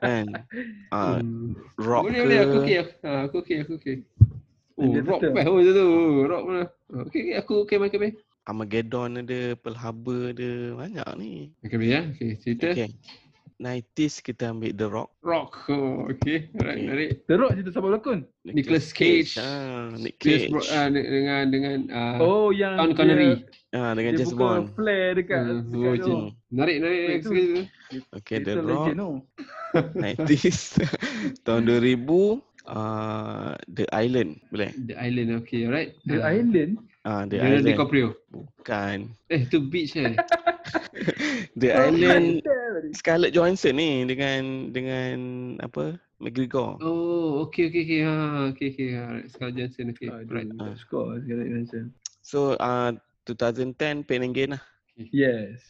[SPEAKER 1] kan uh,
[SPEAKER 2] Hmm.
[SPEAKER 1] Rock
[SPEAKER 2] boleh,
[SPEAKER 1] ke
[SPEAKER 2] boleh. Aku okay. Aku, ha, aku okay, aku okay. Oh,
[SPEAKER 3] Dia
[SPEAKER 2] rock
[SPEAKER 3] betul.
[SPEAKER 2] best. Oh, tu. Rock mana. Okay, okay. Aku okay Michael Bay.
[SPEAKER 1] Armageddon ada, Pearl Harbor ada, banyak ni.
[SPEAKER 2] Michael Bay ya. Okay, cerita.
[SPEAKER 1] Okay. 90s kita ambil The Rock.
[SPEAKER 2] Rock. Oh, okay. Alright,
[SPEAKER 1] Okay.
[SPEAKER 2] menarik.
[SPEAKER 3] The Rock cerita siapa berlakon?
[SPEAKER 2] Nicolas Cage.
[SPEAKER 1] Ah, Nick Cage.
[SPEAKER 2] Pierce Bro, ah, de- dengan dengan ah,
[SPEAKER 3] Oh yang
[SPEAKER 2] Sean Connery.
[SPEAKER 1] Ah, dengan
[SPEAKER 3] Dia, dia
[SPEAKER 1] James
[SPEAKER 3] buka
[SPEAKER 1] Bond.
[SPEAKER 3] flare dekat
[SPEAKER 2] Hmm,
[SPEAKER 3] dekat
[SPEAKER 2] oh,
[SPEAKER 3] tu.
[SPEAKER 1] Hmm.
[SPEAKER 2] Menarik, menarik.
[SPEAKER 3] Wait,
[SPEAKER 2] Aku
[SPEAKER 3] tu-
[SPEAKER 2] suka tu.
[SPEAKER 1] Okay, The
[SPEAKER 3] Cerita
[SPEAKER 1] Rock.
[SPEAKER 3] legend
[SPEAKER 2] Ah.
[SPEAKER 3] tu.
[SPEAKER 1] 90s. Tahun 2000. Uh, The Island. Boleh?
[SPEAKER 2] The Island. Okay, alright.
[SPEAKER 3] The
[SPEAKER 2] Ah,
[SPEAKER 3] Island.
[SPEAKER 1] Ah, The
[SPEAKER 2] Leonardo
[SPEAKER 1] Island.
[SPEAKER 2] DiCaprio.
[SPEAKER 1] Bukan.
[SPEAKER 2] Eh, tu beach eh.
[SPEAKER 1] The
[SPEAKER 3] Oh, kan.
[SPEAKER 1] Island.
[SPEAKER 3] Hotel.
[SPEAKER 1] Scarlett Johansson ni dengan dengan apa? McGregor.
[SPEAKER 2] Oh, okay, okay, okay. Ha, okay, okay. Alright, Scarlett Johansson. Okay,
[SPEAKER 3] Aduh,
[SPEAKER 2] alright.
[SPEAKER 1] Ah.
[SPEAKER 3] tak suka Scarlett Johansson.
[SPEAKER 1] So uh, 2010 Pain and Gain lah.
[SPEAKER 3] Yes.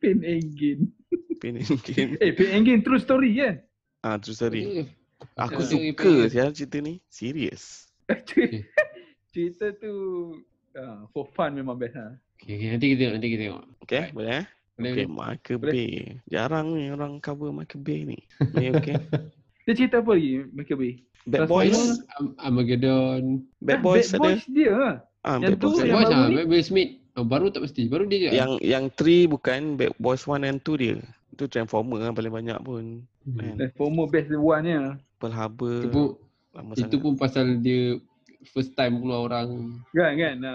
[SPEAKER 3] Pain Engin.
[SPEAKER 1] Pain and Gain.
[SPEAKER 3] Eh Pain Engin true story kan?
[SPEAKER 1] Ah, true story.
[SPEAKER 2] Okay.
[SPEAKER 1] Aku
[SPEAKER 2] Macam
[SPEAKER 1] suka
[SPEAKER 2] Pain-
[SPEAKER 1] siapa cerita ni. Serius.
[SPEAKER 2] Okay.
[SPEAKER 3] cerita tu ah, for fun memang best lah.
[SPEAKER 2] Okay, okay, nanti kita tengok, nanti kita tengok.
[SPEAKER 1] Okay, boleh eh?
[SPEAKER 2] Boleh,
[SPEAKER 1] Okay, Michael
[SPEAKER 3] Boleh.
[SPEAKER 1] Bay. Jarang ni orang cover Michael Bay ni. Ni okay.
[SPEAKER 3] Dia cerita apa lagi Michael Bay?
[SPEAKER 1] Bad
[SPEAKER 3] Transformer.
[SPEAKER 1] Boys.
[SPEAKER 2] Am- Armageddon.
[SPEAKER 1] Bad
[SPEAKER 3] Ah,
[SPEAKER 1] Boys
[SPEAKER 3] Bad
[SPEAKER 1] ada.
[SPEAKER 3] Boys dia. ha.
[SPEAKER 1] Ah, Bad
[SPEAKER 3] Yang tu
[SPEAKER 1] Boys
[SPEAKER 2] Bad
[SPEAKER 1] ada.
[SPEAKER 3] yang-
[SPEAKER 2] Boys
[SPEAKER 3] baru
[SPEAKER 2] ah,
[SPEAKER 3] ni?
[SPEAKER 2] Will Smith. Oh, baru tak mesti. Baru dia je.
[SPEAKER 1] Yang yang 3 bukan Bad Boys 1 and 2 dia. Itu Transformer yang paling banyak pun.
[SPEAKER 2] Hmm.
[SPEAKER 1] Kan?
[SPEAKER 3] Transformer Eh, best one ya.
[SPEAKER 1] Pearl
[SPEAKER 2] Itu
[SPEAKER 1] Harbor
[SPEAKER 2] pun,
[SPEAKER 1] lama
[SPEAKER 2] itu
[SPEAKER 1] sangat.
[SPEAKER 2] pun pasal dia first time keluar orang.
[SPEAKER 3] Kan kan. Ha.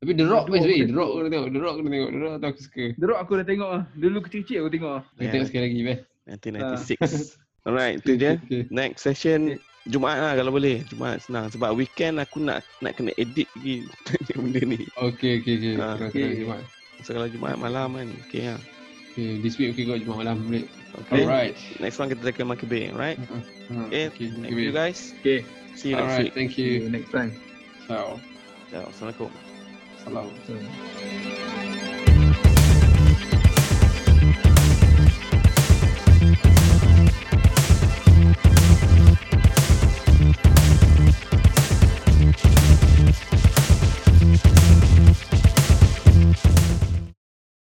[SPEAKER 2] Tapi The Rock
[SPEAKER 3] Dua
[SPEAKER 2] best weh.
[SPEAKER 3] benda.
[SPEAKER 2] The Rock kena tengok. The Rock kena tengok. The Rock tu aku suka.
[SPEAKER 3] The Rock aku dah tengok ah. Dulu kecil-kecil aku tengok. ah.
[SPEAKER 2] Kita
[SPEAKER 1] Yeah.
[SPEAKER 2] tengok sekali lagi best.
[SPEAKER 1] 1996. Alright, Ya. itu je.
[SPEAKER 2] Ah. Okay.
[SPEAKER 1] Next session Jumaat lah kalau boleh. Jumaat senang. Sebab weekend aku nak nak kena edit lagi benda ni.
[SPEAKER 2] Okay, okay, okay.
[SPEAKER 1] Ah,
[SPEAKER 2] Terus,
[SPEAKER 3] okay.
[SPEAKER 2] terus, Jumaat.
[SPEAKER 1] So kalau Jumaat malam kan. Okay lah.
[SPEAKER 2] Okay, this week okay got Jumaat malam boleh.
[SPEAKER 1] Okay.
[SPEAKER 2] Alright.
[SPEAKER 1] Next one kita tackle Monkey Bay. Alright.
[SPEAKER 2] Ah,
[SPEAKER 1] Okay. Eh, Thank you guys.
[SPEAKER 3] Okay.
[SPEAKER 1] See you next
[SPEAKER 2] Alright,
[SPEAKER 1] week.
[SPEAKER 2] thank
[SPEAKER 3] See
[SPEAKER 2] you.
[SPEAKER 3] you next time.
[SPEAKER 2] Ciao.
[SPEAKER 1] Ciao. Assalamualaikum.
[SPEAKER 2] Salam.
[SPEAKER 3] So.